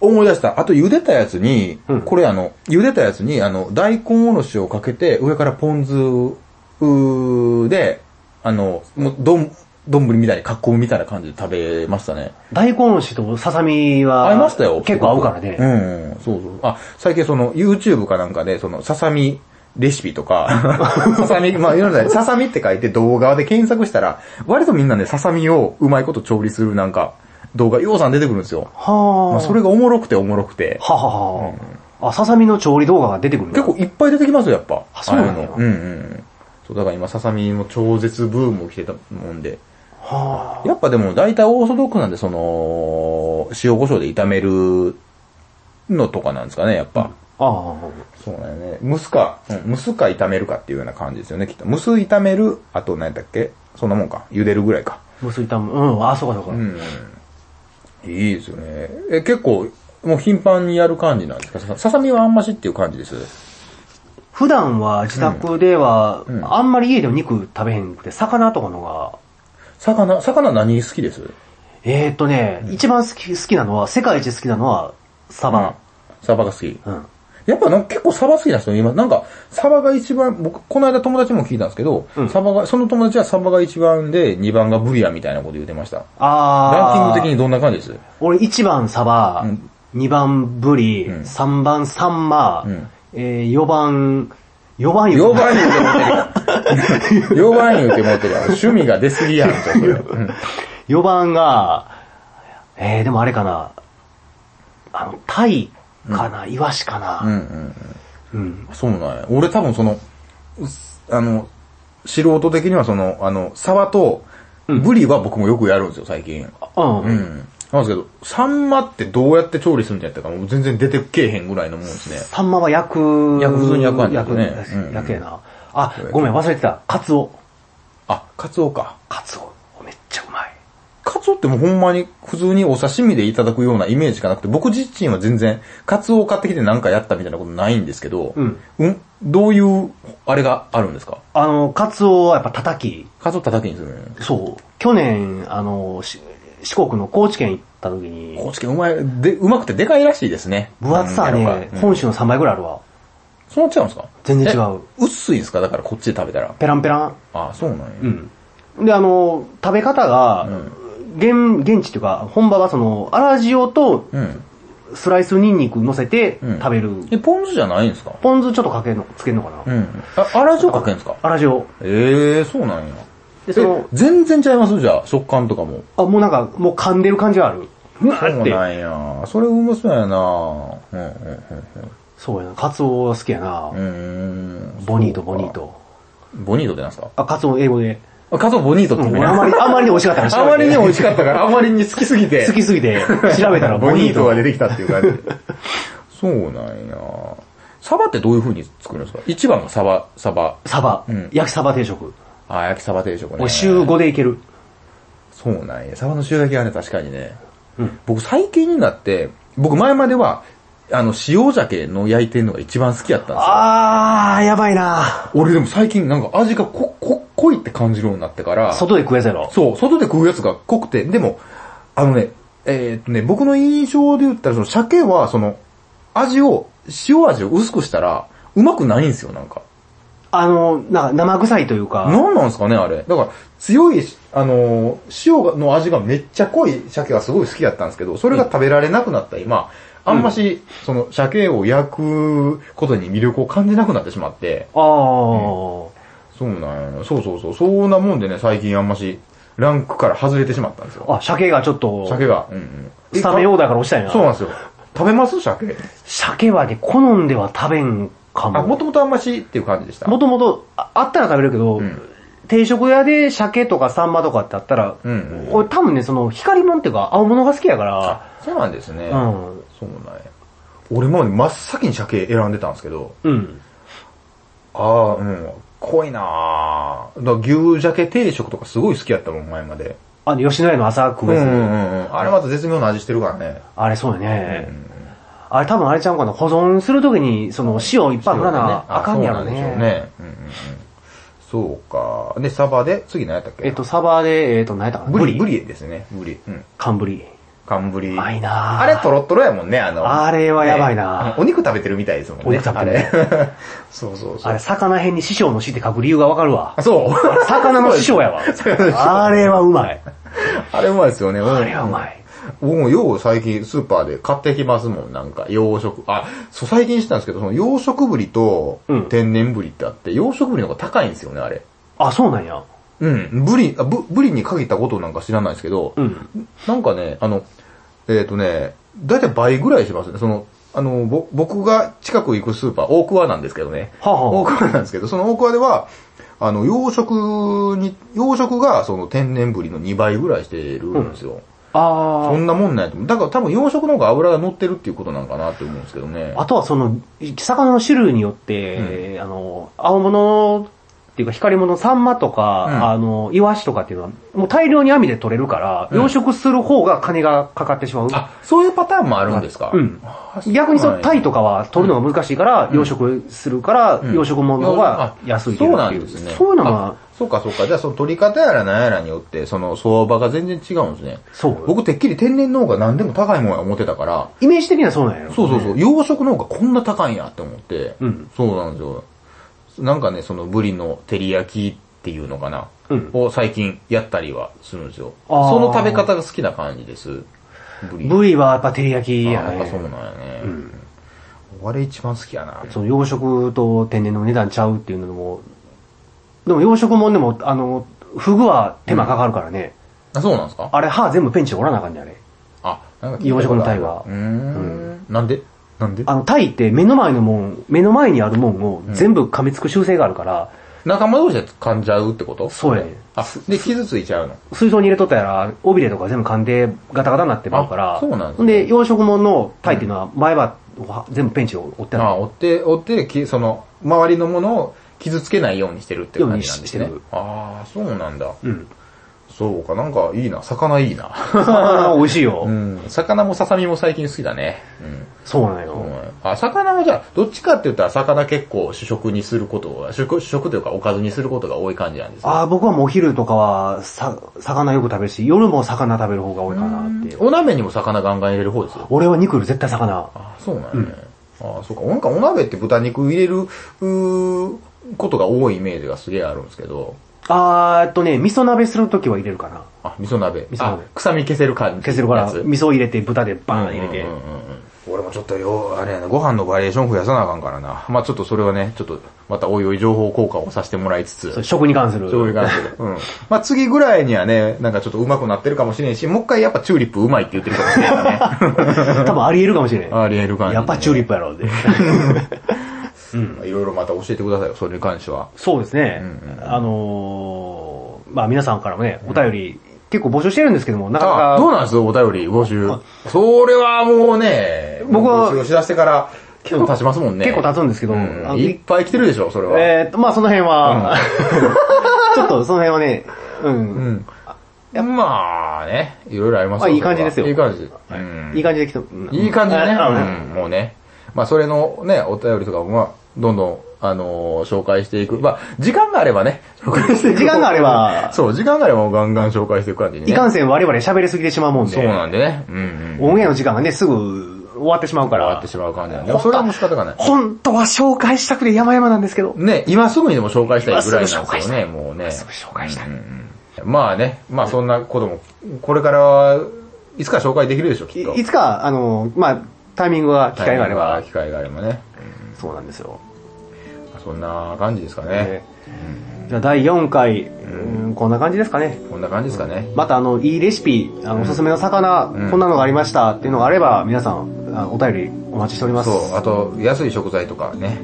Speaker 3: 思い出した。あと茹でたやつに、
Speaker 2: うん
Speaker 3: これあの、茹でたやつに、あの、大根おろしをかけて、上からポン酢うーで、あの、もう、どん、どんぶりみたいに囲むみたいな感じで食べましたね。
Speaker 2: 大根おろしとささみは、
Speaker 3: 合いましたよ。
Speaker 2: 結構合うからね。
Speaker 3: うん、そうそう。あ、最近その、YouTube かなんかで、その、ささみ、レシピとか、 ささみ、まあ、いろんな、ささみって書いて動画で検索したら、割とみんなね、ささみをうまいこと調理するなんか、動画、ようさん出てくるんですよ。
Speaker 2: は
Speaker 3: まあ、
Speaker 2: あ。
Speaker 3: それがおもろくておもろくて。
Speaker 2: はははあ。あ、ささみの調理動画が出てくるんだ
Speaker 3: 結構いっぱい出てきますよ、やっぱ。
Speaker 2: あそうなんだ
Speaker 3: ああいのうんうん。そう、だから今、ささみも超絶ブーム起きてたもんで。
Speaker 2: は
Speaker 3: やっぱでも大体オーソドックスなんで、その、塩胡椒で炒めるのとかなんですかね、やっぱ。
Speaker 2: あ。ああ。
Speaker 3: そうだよね。蒸すか、うん、蒸すか炒めるかっていうような感じですよね、きっと。蒸す炒める、あと何だっけそんなもんか。茹でるぐらいか。
Speaker 2: もうすいたもん。うん、あ、そうかそうか。
Speaker 3: うん。いいですよね。え、結構、もう頻繁にやる感じなんですかさささみはあんましっていう感じです。
Speaker 2: 普段は自宅では、
Speaker 3: うんうん
Speaker 2: あんまり家でお肉食べへんくて、魚とかのが、
Speaker 3: 魚、魚何好きです
Speaker 2: えー、っとね、一番好き、好きなのは、世界一好きなのは、サバ。
Speaker 3: サバが好き。
Speaker 2: うん。
Speaker 3: やっぱなんか結構サバ好きな人います。なんか、サバが一番、僕、この間友達も聞いたんですけど、
Speaker 2: うん
Speaker 3: サバが、その友達はサバが一番で、二番がブリアみたいなこと言ってました。ラ
Speaker 2: あー。
Speaker 3: ンキング的にどんな感じです
Speaker 2: 俺1番サバ
Speaker 3: うん、
Speaker 2: 2番ブリ、
Speaker 3: うん
Speaker 2: 3番サンマ
Speaker 3: うん、
Speaker 2: えー4番、4番言
Speaker 3: 4
Speaker 2: うな
Speaker 3: 番言うて持ってるよ。4番言うて持ってるよ。趣味が出すぎやん、ちょっとうん。
Speaker 2: 4番が、えー、でもあれかな、あの、タイかな、イワシか
Speaker 3: うんう
Speaker 2: な、
Speaker 3: ん
Speaker 2: うん。
Speaker 3: うん。そうなんや。俺多分その、すあの、素人的にはその、あの、サバと、ブリは僕もよくやるんですよ、最近。
Speaker 2: うん。
Speaker 3: うん。なんですけど、サンマってどうやって調理するんやったか、もう全然出てけえへんぐらいのもんですね。
Speaker 2: サンマは焼く。
Speaker 3: 焼く普通に焼くんだよね
Speaker 2: 焼く
Speaker 3: うん
Speaker 2: 焼けな。あ、ごめん、忘れてた。カツオ。
Speaker 3: あ、カツオか。
Speaker 2: カツオ。めっちゃうまい。
Speaker 3: カツオってもうほんまに普通にお刺身でいただくようなイメージしかなくて、僕自身は全然カツオを買ってきてなんかやったみたいなことないんですけど、
Speaker 2: うん
Speaker 3: んどういう、あれがあるんですか
Speaker 2: あの、カツオはやっぱ叩き。
Speaker 3: カツオ叩きにするのよ
Speaker 2: そう。去年、あの、し四国の高知県行った時に、
Speaker 3: 高知県うまい、で、うまくてでかいらしいですね。
Speaker 2: 分厚さは
Speaker 3: なんや
Speaker 2: ね
Speaker 3: ろ、かうん
Speaker 2: 本州の3倍ぐらいあるわ。
Speaker 3: そうなっちゃうんですか
Speaker 2: 全然違う。
Speaker 3: え薄いんですかだからこっちで食べたら。
Speaker 2: ペランペラン。
Speaker 3: あ、そうなんや。
Speaker 2: うん。で、あの、食べ方が、現、現地というか、本場はその、粗塩と
Speaker 3: うん。
Speaker 2: スライスニンニク乗せて
Speaker 3: うん
Speaker 2: 食べる。
Speaker 3: え、ポン酢じゃないんですか
Speaker 2: ポン酢ちょっとかけるの、つけるのかな。
Speaker 3: うん。あ、あらじょうかけんですか
Speaker 2: 粗塩。
Speaker 3: ええー、そうなんや。
Speaker 2: で、その
Speaker 3: え、全然ちゃいますじゃあ、食感とかも。
Speaker 2: あ、もうなんか、もう噛んでる感じがある。うわ
Speaker 3: そう
Speaker 2: ーって。
Speaker 3: なんや。それうまそうやなうんうん
Speaker 2: そうやな。カツオは好きやな。
Speaker 3: うん。うーん。
Speaker 2: ボニート、ボニート。
Speaker 3: ボニートってなんすか
Speaker 2: あ、カツオ英語で。
Speaker 3: あ、カツオボニートって
Speaker 2: う
Speaker 3: 言うんね
Speaker 2: 俺あまり、あまりに美味しかったから
Speaker 3: あまりに美味し
Speaker 2: か
Speaker 3: かったから、あまりに好きすぎて。
Speaker 2: 好きすぎて、調べたらボ
Speaker 3: ボ
Speaker 2: ニ
Speaker 3: ニー
Speaker 2: ー
Speaker 3: ト
Speaker 2: ト。
Speaker 3: が出てきたっていう感じ。そうなんや。サバってどういう風に作るんですか一番がサバ、サバ。
Speaker 2: サバ
Speaker 3: うん。
Speaker 2: 焼きサバ定食。
Speaker 3: あ、焼きサバ定食ね。
Speaker 2: 俺週5でいける。
Speaker 3: そうなんや。サバの塩焼きはね、確かにね。
Speaker 2: うん
Speaker 3: 僕最近になって、僕前までは、あの、塩鮭の焼いてるのが一番好きやったんですよ。
Speaker 2: あー、やばいな
Speaker 3: 俺でも最近なんか味がこ、こ、濃いって感じるようになってから、
Speaker 2: 外で食うやつやろ。
Speaker 3: そう、外で食うやつが濃くて、でも、あのね、えーっとね、僕の印象で言ったら、その鮭は、その、味を、塩味を薄くしたら、うまくないんですよ、なんか。
Speaker 2: あの、なんか生臭いというか、
Speaker 3: なんなんですかね、あれ。だから、強い、あのー塩の味がめっちゃ濃い鮭がすごい好きだったんですけど、それが食べられなくなった今、あんまし、その、鮭を焼くことに魅力を感じなくなってしまって、
Speaker 2: あー、
Speaker 3: そうなんやそうそうそう、そんなもんでね、最近あんまし、ランクから外れてしまったんですよ。
Speaker 2: あ、鮭がちょっと、
Speaker 3: 鮭が。うんうん。
Speaker 2: スタメンオーダーから落ちたんや
Speaker 3: そうなん
Speaker 2: な。
Speaker 3: ですよ。食べます鮭。
Speaker 2: 鮭はね、好んでは食べんか
Speaker 3: あ、も
Speaker 2: も。
Speaker 3: ともとあんましっていう感じでした。
Speaker 2: もともと、ああったら食べるけど、
Speaker 3: うん
Speaker 2: 定食屋で鮭とかサンマとかってあったら、
Speaker 3: うんうん
Speaker 2: 俺多分ね、その、光り物っていうか、青物が好きやから、
Speaker 3: そうなんですね。
Speaker 2: うん
Speaker 3: そうなんや。俺も真っ先に鮭選んでたんですけど、
Speaker 2: うん。
Speaker 3: ああ、うん。濃いなぁ。だから牛鮭定食とかすごい好きやったもん、前まで。
Speaker 2: あの、吉野家の朝食
Speaker 3: うん
Speaker 2: う
Speaker 3: う
Speaker 2: やつ。
Speaker 3: んうんうん。あれまた絶妙な味してるからね。
Speaker 2: あれそうよ
Speaker 3: う
Speaker 2: ね。
Speaker 3: ん
Speaker 2: あれ多分あれちゃうかな、保存するときに、その、塩いっぱい振らなあかんねやろね。
Speaker 3: そうなんでしょうね。うんうんうんそうか。で、サバで、次何やったっけ
Speaker 2: えっと、サバで、えっと、何やったかな
Speaker 3: ブリ、ブリエですね。ブリ。うん。
Speaker 2: 寒ブリ。
Speaker 3: 寒ブリ。
Speaker 2: うまいなぁ
Speaker 3: あれトロットロやもんね、あの。
Speaker 2: あれはやばいな
Speaker 3: ねお肉食べてるみたいですもんね。
Speaker 2: お肉食べてる
Speaker 3: あれ そうそうそう。
Speaker 2: あれ、魚編に師匠の師って書く理由がわかるわ
Speaker 3: あ。 そう。
Speaker 2: 魚の師匠やわ。あれはうまい。
Speaker 3: あれうまいですよね。あ
Speaker 2: あれはうまい。
Speaker 3: 僕もよう最近スーパーで買ってきますもん、なんか、養殖。あ、そう、最近知ったんですけど、その養殖ブリと
Speaker 2: うん
Speaker 3: 天然ブリってあって、養殖ブリの方が高いんですよね、あれ。
Speaker 2: あ、そうなんや。
Speaker 3: うん、ブリ、あブブリに限ったことなんか知らないですけど、
Speaker 2: うん。
Speaker 3: なんかね、あの、えっ、とね、だいたい倍ぐらいしますね。その、あの、ぼ、僕が近く行くスーパー、大桑なんですけどね。
Speaker 2: はあはあ
Speaker 3: 大桑なんですけど、その大桑では、あの、養殖に、養殖がその天然ブリの2倍ぐらいしてるんですよ。そ
Speaker 2: あ
Speaker 3: んなもんないと思う。だから多分養殖の方が油が乗ってるっていうことなんかなって思うんですけどね。
Speaker 2: あ。あとはその、魚の種類によって、あの、青物っていうか光り物、サンマとか、
Speaker 3: うん
Speaker 2: あの、イワシとかっていうのは、もう大量に網で取れるから、
Speaker 3: ん
Speaker 2: 養殖する方が金がかかってしまう。
Speaker 3: あ、そういうパターンもあるんですか
Speaker 2: うん
Speaker 3: あそうなんや
Speaker 2: 逆にその、タイとかは取るのが難しいから、養殖するから、
Speaker 3: うん
Speaker 2: 養殖物の方が安いけ
Speaker 3: そ
Speaker 2: ど
Speaker 3: う
Speaker 2: っ
Speaker 3: な
Speaker 2: てい
Speaker 3: ん
Speaker 2: う。
Speaker 3: ですね。
Speaker 2: そういうの
Speaker 3: あ
Speaker 2: は、
Speaker 3: そうかそうか。じゃあその取り方やら何やらによって、その相場が全然違うんですね。
Speaker 2: そう
Speaker 3: 僕てっきり天然の方が何でも高いもんや思ってたから、
Speaker 2: イメージ的にはそうなんやろ。
Speaker 3: そうそうそう、養殖の方がこんな高いんやって思って、
Speaker 2: うん
Speaker 3: そうなんですよ。なんかね、そのブリの照り焼きっていうのかな、
Speaker 2: うん
Speaker 3: を最近やったりはするんですよ。
Speaker 2: あー
Speaker 3: その食べ方が好きな感じです。ブリ。
Speaker 2: ブリはやっぱ照り焼きや
Speaker 3: あーやっぱそう
Speaker 2: ね。
Speaker 3: なんやね。あれ一番好きやな。
Speaker 2: その養殖と天然の値段ちゃうっていうのも、でも養殖もんでも、あの、フグは手間かかるからね。
Speaker 3: あ、そうなんですか
Speaker 2: あれ歯全部ペンチで折らなあかんねあれ。
Speaker 3: あ、なんか聞いた
Speaker 2: 養殖
Speaker 3: ことある
Speaker 2: の鯛は
Speaker 3: うーん。なんでなんで
Speaker 2: あの、タイって目の前のもん、目の前にあるもんを全部噛みつく習性があるから、
Speaker 3: 仲間同士で噛んじゃうってこと
Speaker 2: そうやねん
Speaker 3: あ、で、傷ついちゃうの。
Speaker 2: 水槽に入れとったやら、尾びれとか全部噛んでガタガタになってまうから、
Speaker 3: あそうなんです
Speaker 2: で,、
Speaker 3: ね
Speaker 2: 養殖もんのタイっていうのは前歯を全部ペンチで折って
Speaker 3: あ
Speaker 2: ない。
Speaker 3: 追って、追って、きその、周りのものを傷つけないようにしてるっていう感じなんですね
Speaker 2: ようにし。
Speaker 3: ああ、そうなんだ。
Speaker 2: うん。
Speaker 3: そうか、なんかいいな、魚いいな。
Speaker 2: 魚美味しいよ。
Speaker 3: うん、 魚もささみも最近好きだね。うん。
Speaker 2: そうなん
Speaker 3: そう
Speaker 2: よ。
Speaker 3: ねあ、魚はじゃあ、どっちかって言ったら魚結構主食にすることが、主食主食というかおかずにすることが多い感じなんですね
Speaker 2: ああ、僕はもうお昼とかは、さ、魚よく食べるし、夜も魚食べる方が多いかなっていう。
Speaker 3: お鍋にも魚ガンガン入れる方ですよ。
Speaker 2: 俺は肉より絶対魚。
Speaker 3: あ、そうなんやね。あ、そうか。なんかお鍋って豚肉入れる、うーことが多いイメージがすげえあるんですけど、
Speaker 2: あーえっとね、味噌鍋するときは入れるかな。
Speaker 3: あ、味噌鍋。
Speaker 2: 味噌鍋
Speaker 3: あ臭み消せる感じ。
Speaker 2: 消せるから、
Speaker 3: やつ
Speaker 2: 味噌入れて、豚でバーン入れて。
Speaker 3: うんうんうんうん俺もちょっとよ、あれやな、ご飯のバリエーション増やさなあかんからな。まあちょっとそれはね、ちょっと、またおいおい情報交換をさせてもらいつつ。
Speaker 2: そう食に関する。
Speaker 3: そういう感じで。うん。まあ次ぐらいにはね、なんかちょっと上手くなってるかもしれんし、もう一回やっぱチューリップ上手いって言ってるかもしれんね。
Speaker 2: 多分あり得るかもしれない。
Speaker 3: あり得る感じ。
Speaker 2: やっぱチューリップやろう で。
Speaker 3: うん。いろいろまた教えてくださいよ、それに関しては。
Speaker 2: そうですね。
Speaker 3: うんうん
Speaker 2: あのー、まあ皆さんからもね、お便り、結構募集してるんですけども、なかな
Speaker 3: あ
Speaker 2: か。
Speaker 3: どうなんですよ、お便り募集。それはもうね、
Speaker 2: 僕は
Speaker 3: 募集をしだしてから結構経ちますもんね。
Speaker 2: 結構経つんですけど
Speaker 3: う
Speaker 2: あの
Speaker 3: いっぱい来てるでしょ、それは。
Speaker 2: えーっと、まあその辺は、 ちょっとその辺はね、うん。
Speaker 3: うん。まあね、いろいろあります
Speaker 2: まあいい感じですよ
Speaker 3: いい感じ。うん
Speaker 2: いい感じで来た。うん
Speaker 3: いい感じだね、
Speaker 2: あ
Speaker 3: うんもうね。まあ、それのね、お便りとかも、まあ、どんどん、あのー紹介していく。まあ、時間があればね、紹介してい く。
Speaker 2: 時間があれば
Speaker 3: そう、時間があればもうガンガン紹介していく感じに、ね。
Speaker 2: いかんせん我々喋りすぎてしまうもんで。
Speaker 3: そうなんでね。うん、うん。終
Speaker 2: オンエアの時間がね、すぐ終わってしまうから。
Speaker 3: わってしまう感じなんで。もうそれはもう仕方がない。
Speaker 2: 本当は紹介したくて山々なんですけど。
Speaker 3: ね、今すぐにでも紹介したいぐらい
Speaker 2: 今
Speaker 3: なん
Speaker 2: すぐ紹
Speaker 3: で
Speaker 2: 介し
Speaker 3: すよ
Speaker 2: た
Speaker 3: ね、
Speaker 2: い
Speaker 3: もうね。
Speaker 2: 今すぐ紹介したい
Speaker 3: うんうんうんまあね、まあそんなことも、これから、いつか紹介できるでしょ、きっと。
Speaker 2: いいつか、あの、まあ、タイミングが、機会があれば。
Speaker 3: 機会があればね。
Speaker 2: そうなんですよ。
Speaker 3: そんな感じですかね
Speaker 2: ね。じゃあ第4回、うんこんな感じですかね。
Speaker 3: こんな感じですかね。
Speaker 2: またあの、いいレシピ、あの、おすすめの魚、
Speaker 3: ん
Speaker 2: こんなのがありましたっていうのがあれば、皆さん、あお便りお待ちしております。
Speaker 3: そう、あと、安い食材とかね。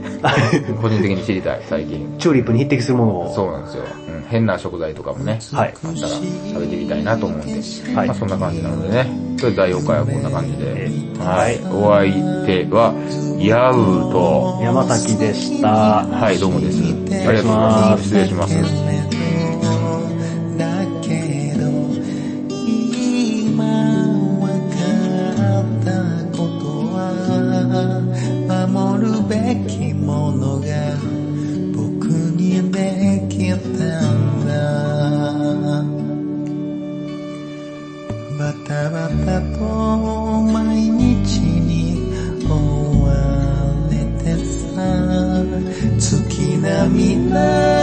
Speaker 3: 個人的に知りたい、最近。
Speaker 2: チューリップに匹敵するものを。
Speaker 3: そうなんですよ。うん、変な食材とかもね。
Speaker 2: はい
Speaker 3: あったら食べてみたいなと思うんで。
Speaker 2: はい
Speaker 3: まあそんな感じなのでね。それで第4回はこんな感じで。は
Speaker 2: はいい。
Speaker 3: お相手は、ヤウと、
Speaker 2: 山崎でした。
Speaker 3: はい、どうもです。あ
Speaker 2: 願
Speaker 3: り
Speaker 2: い
Speaker 3: がとう
Speaker 2: し
Speaker 3: ございま
Speaker 2: ます
Speaker 3: す。失礼します。
Speaker 1: だけど今わかったことは守るべきものが僕にできたんだバタバタと毎日に追われてさ月並みな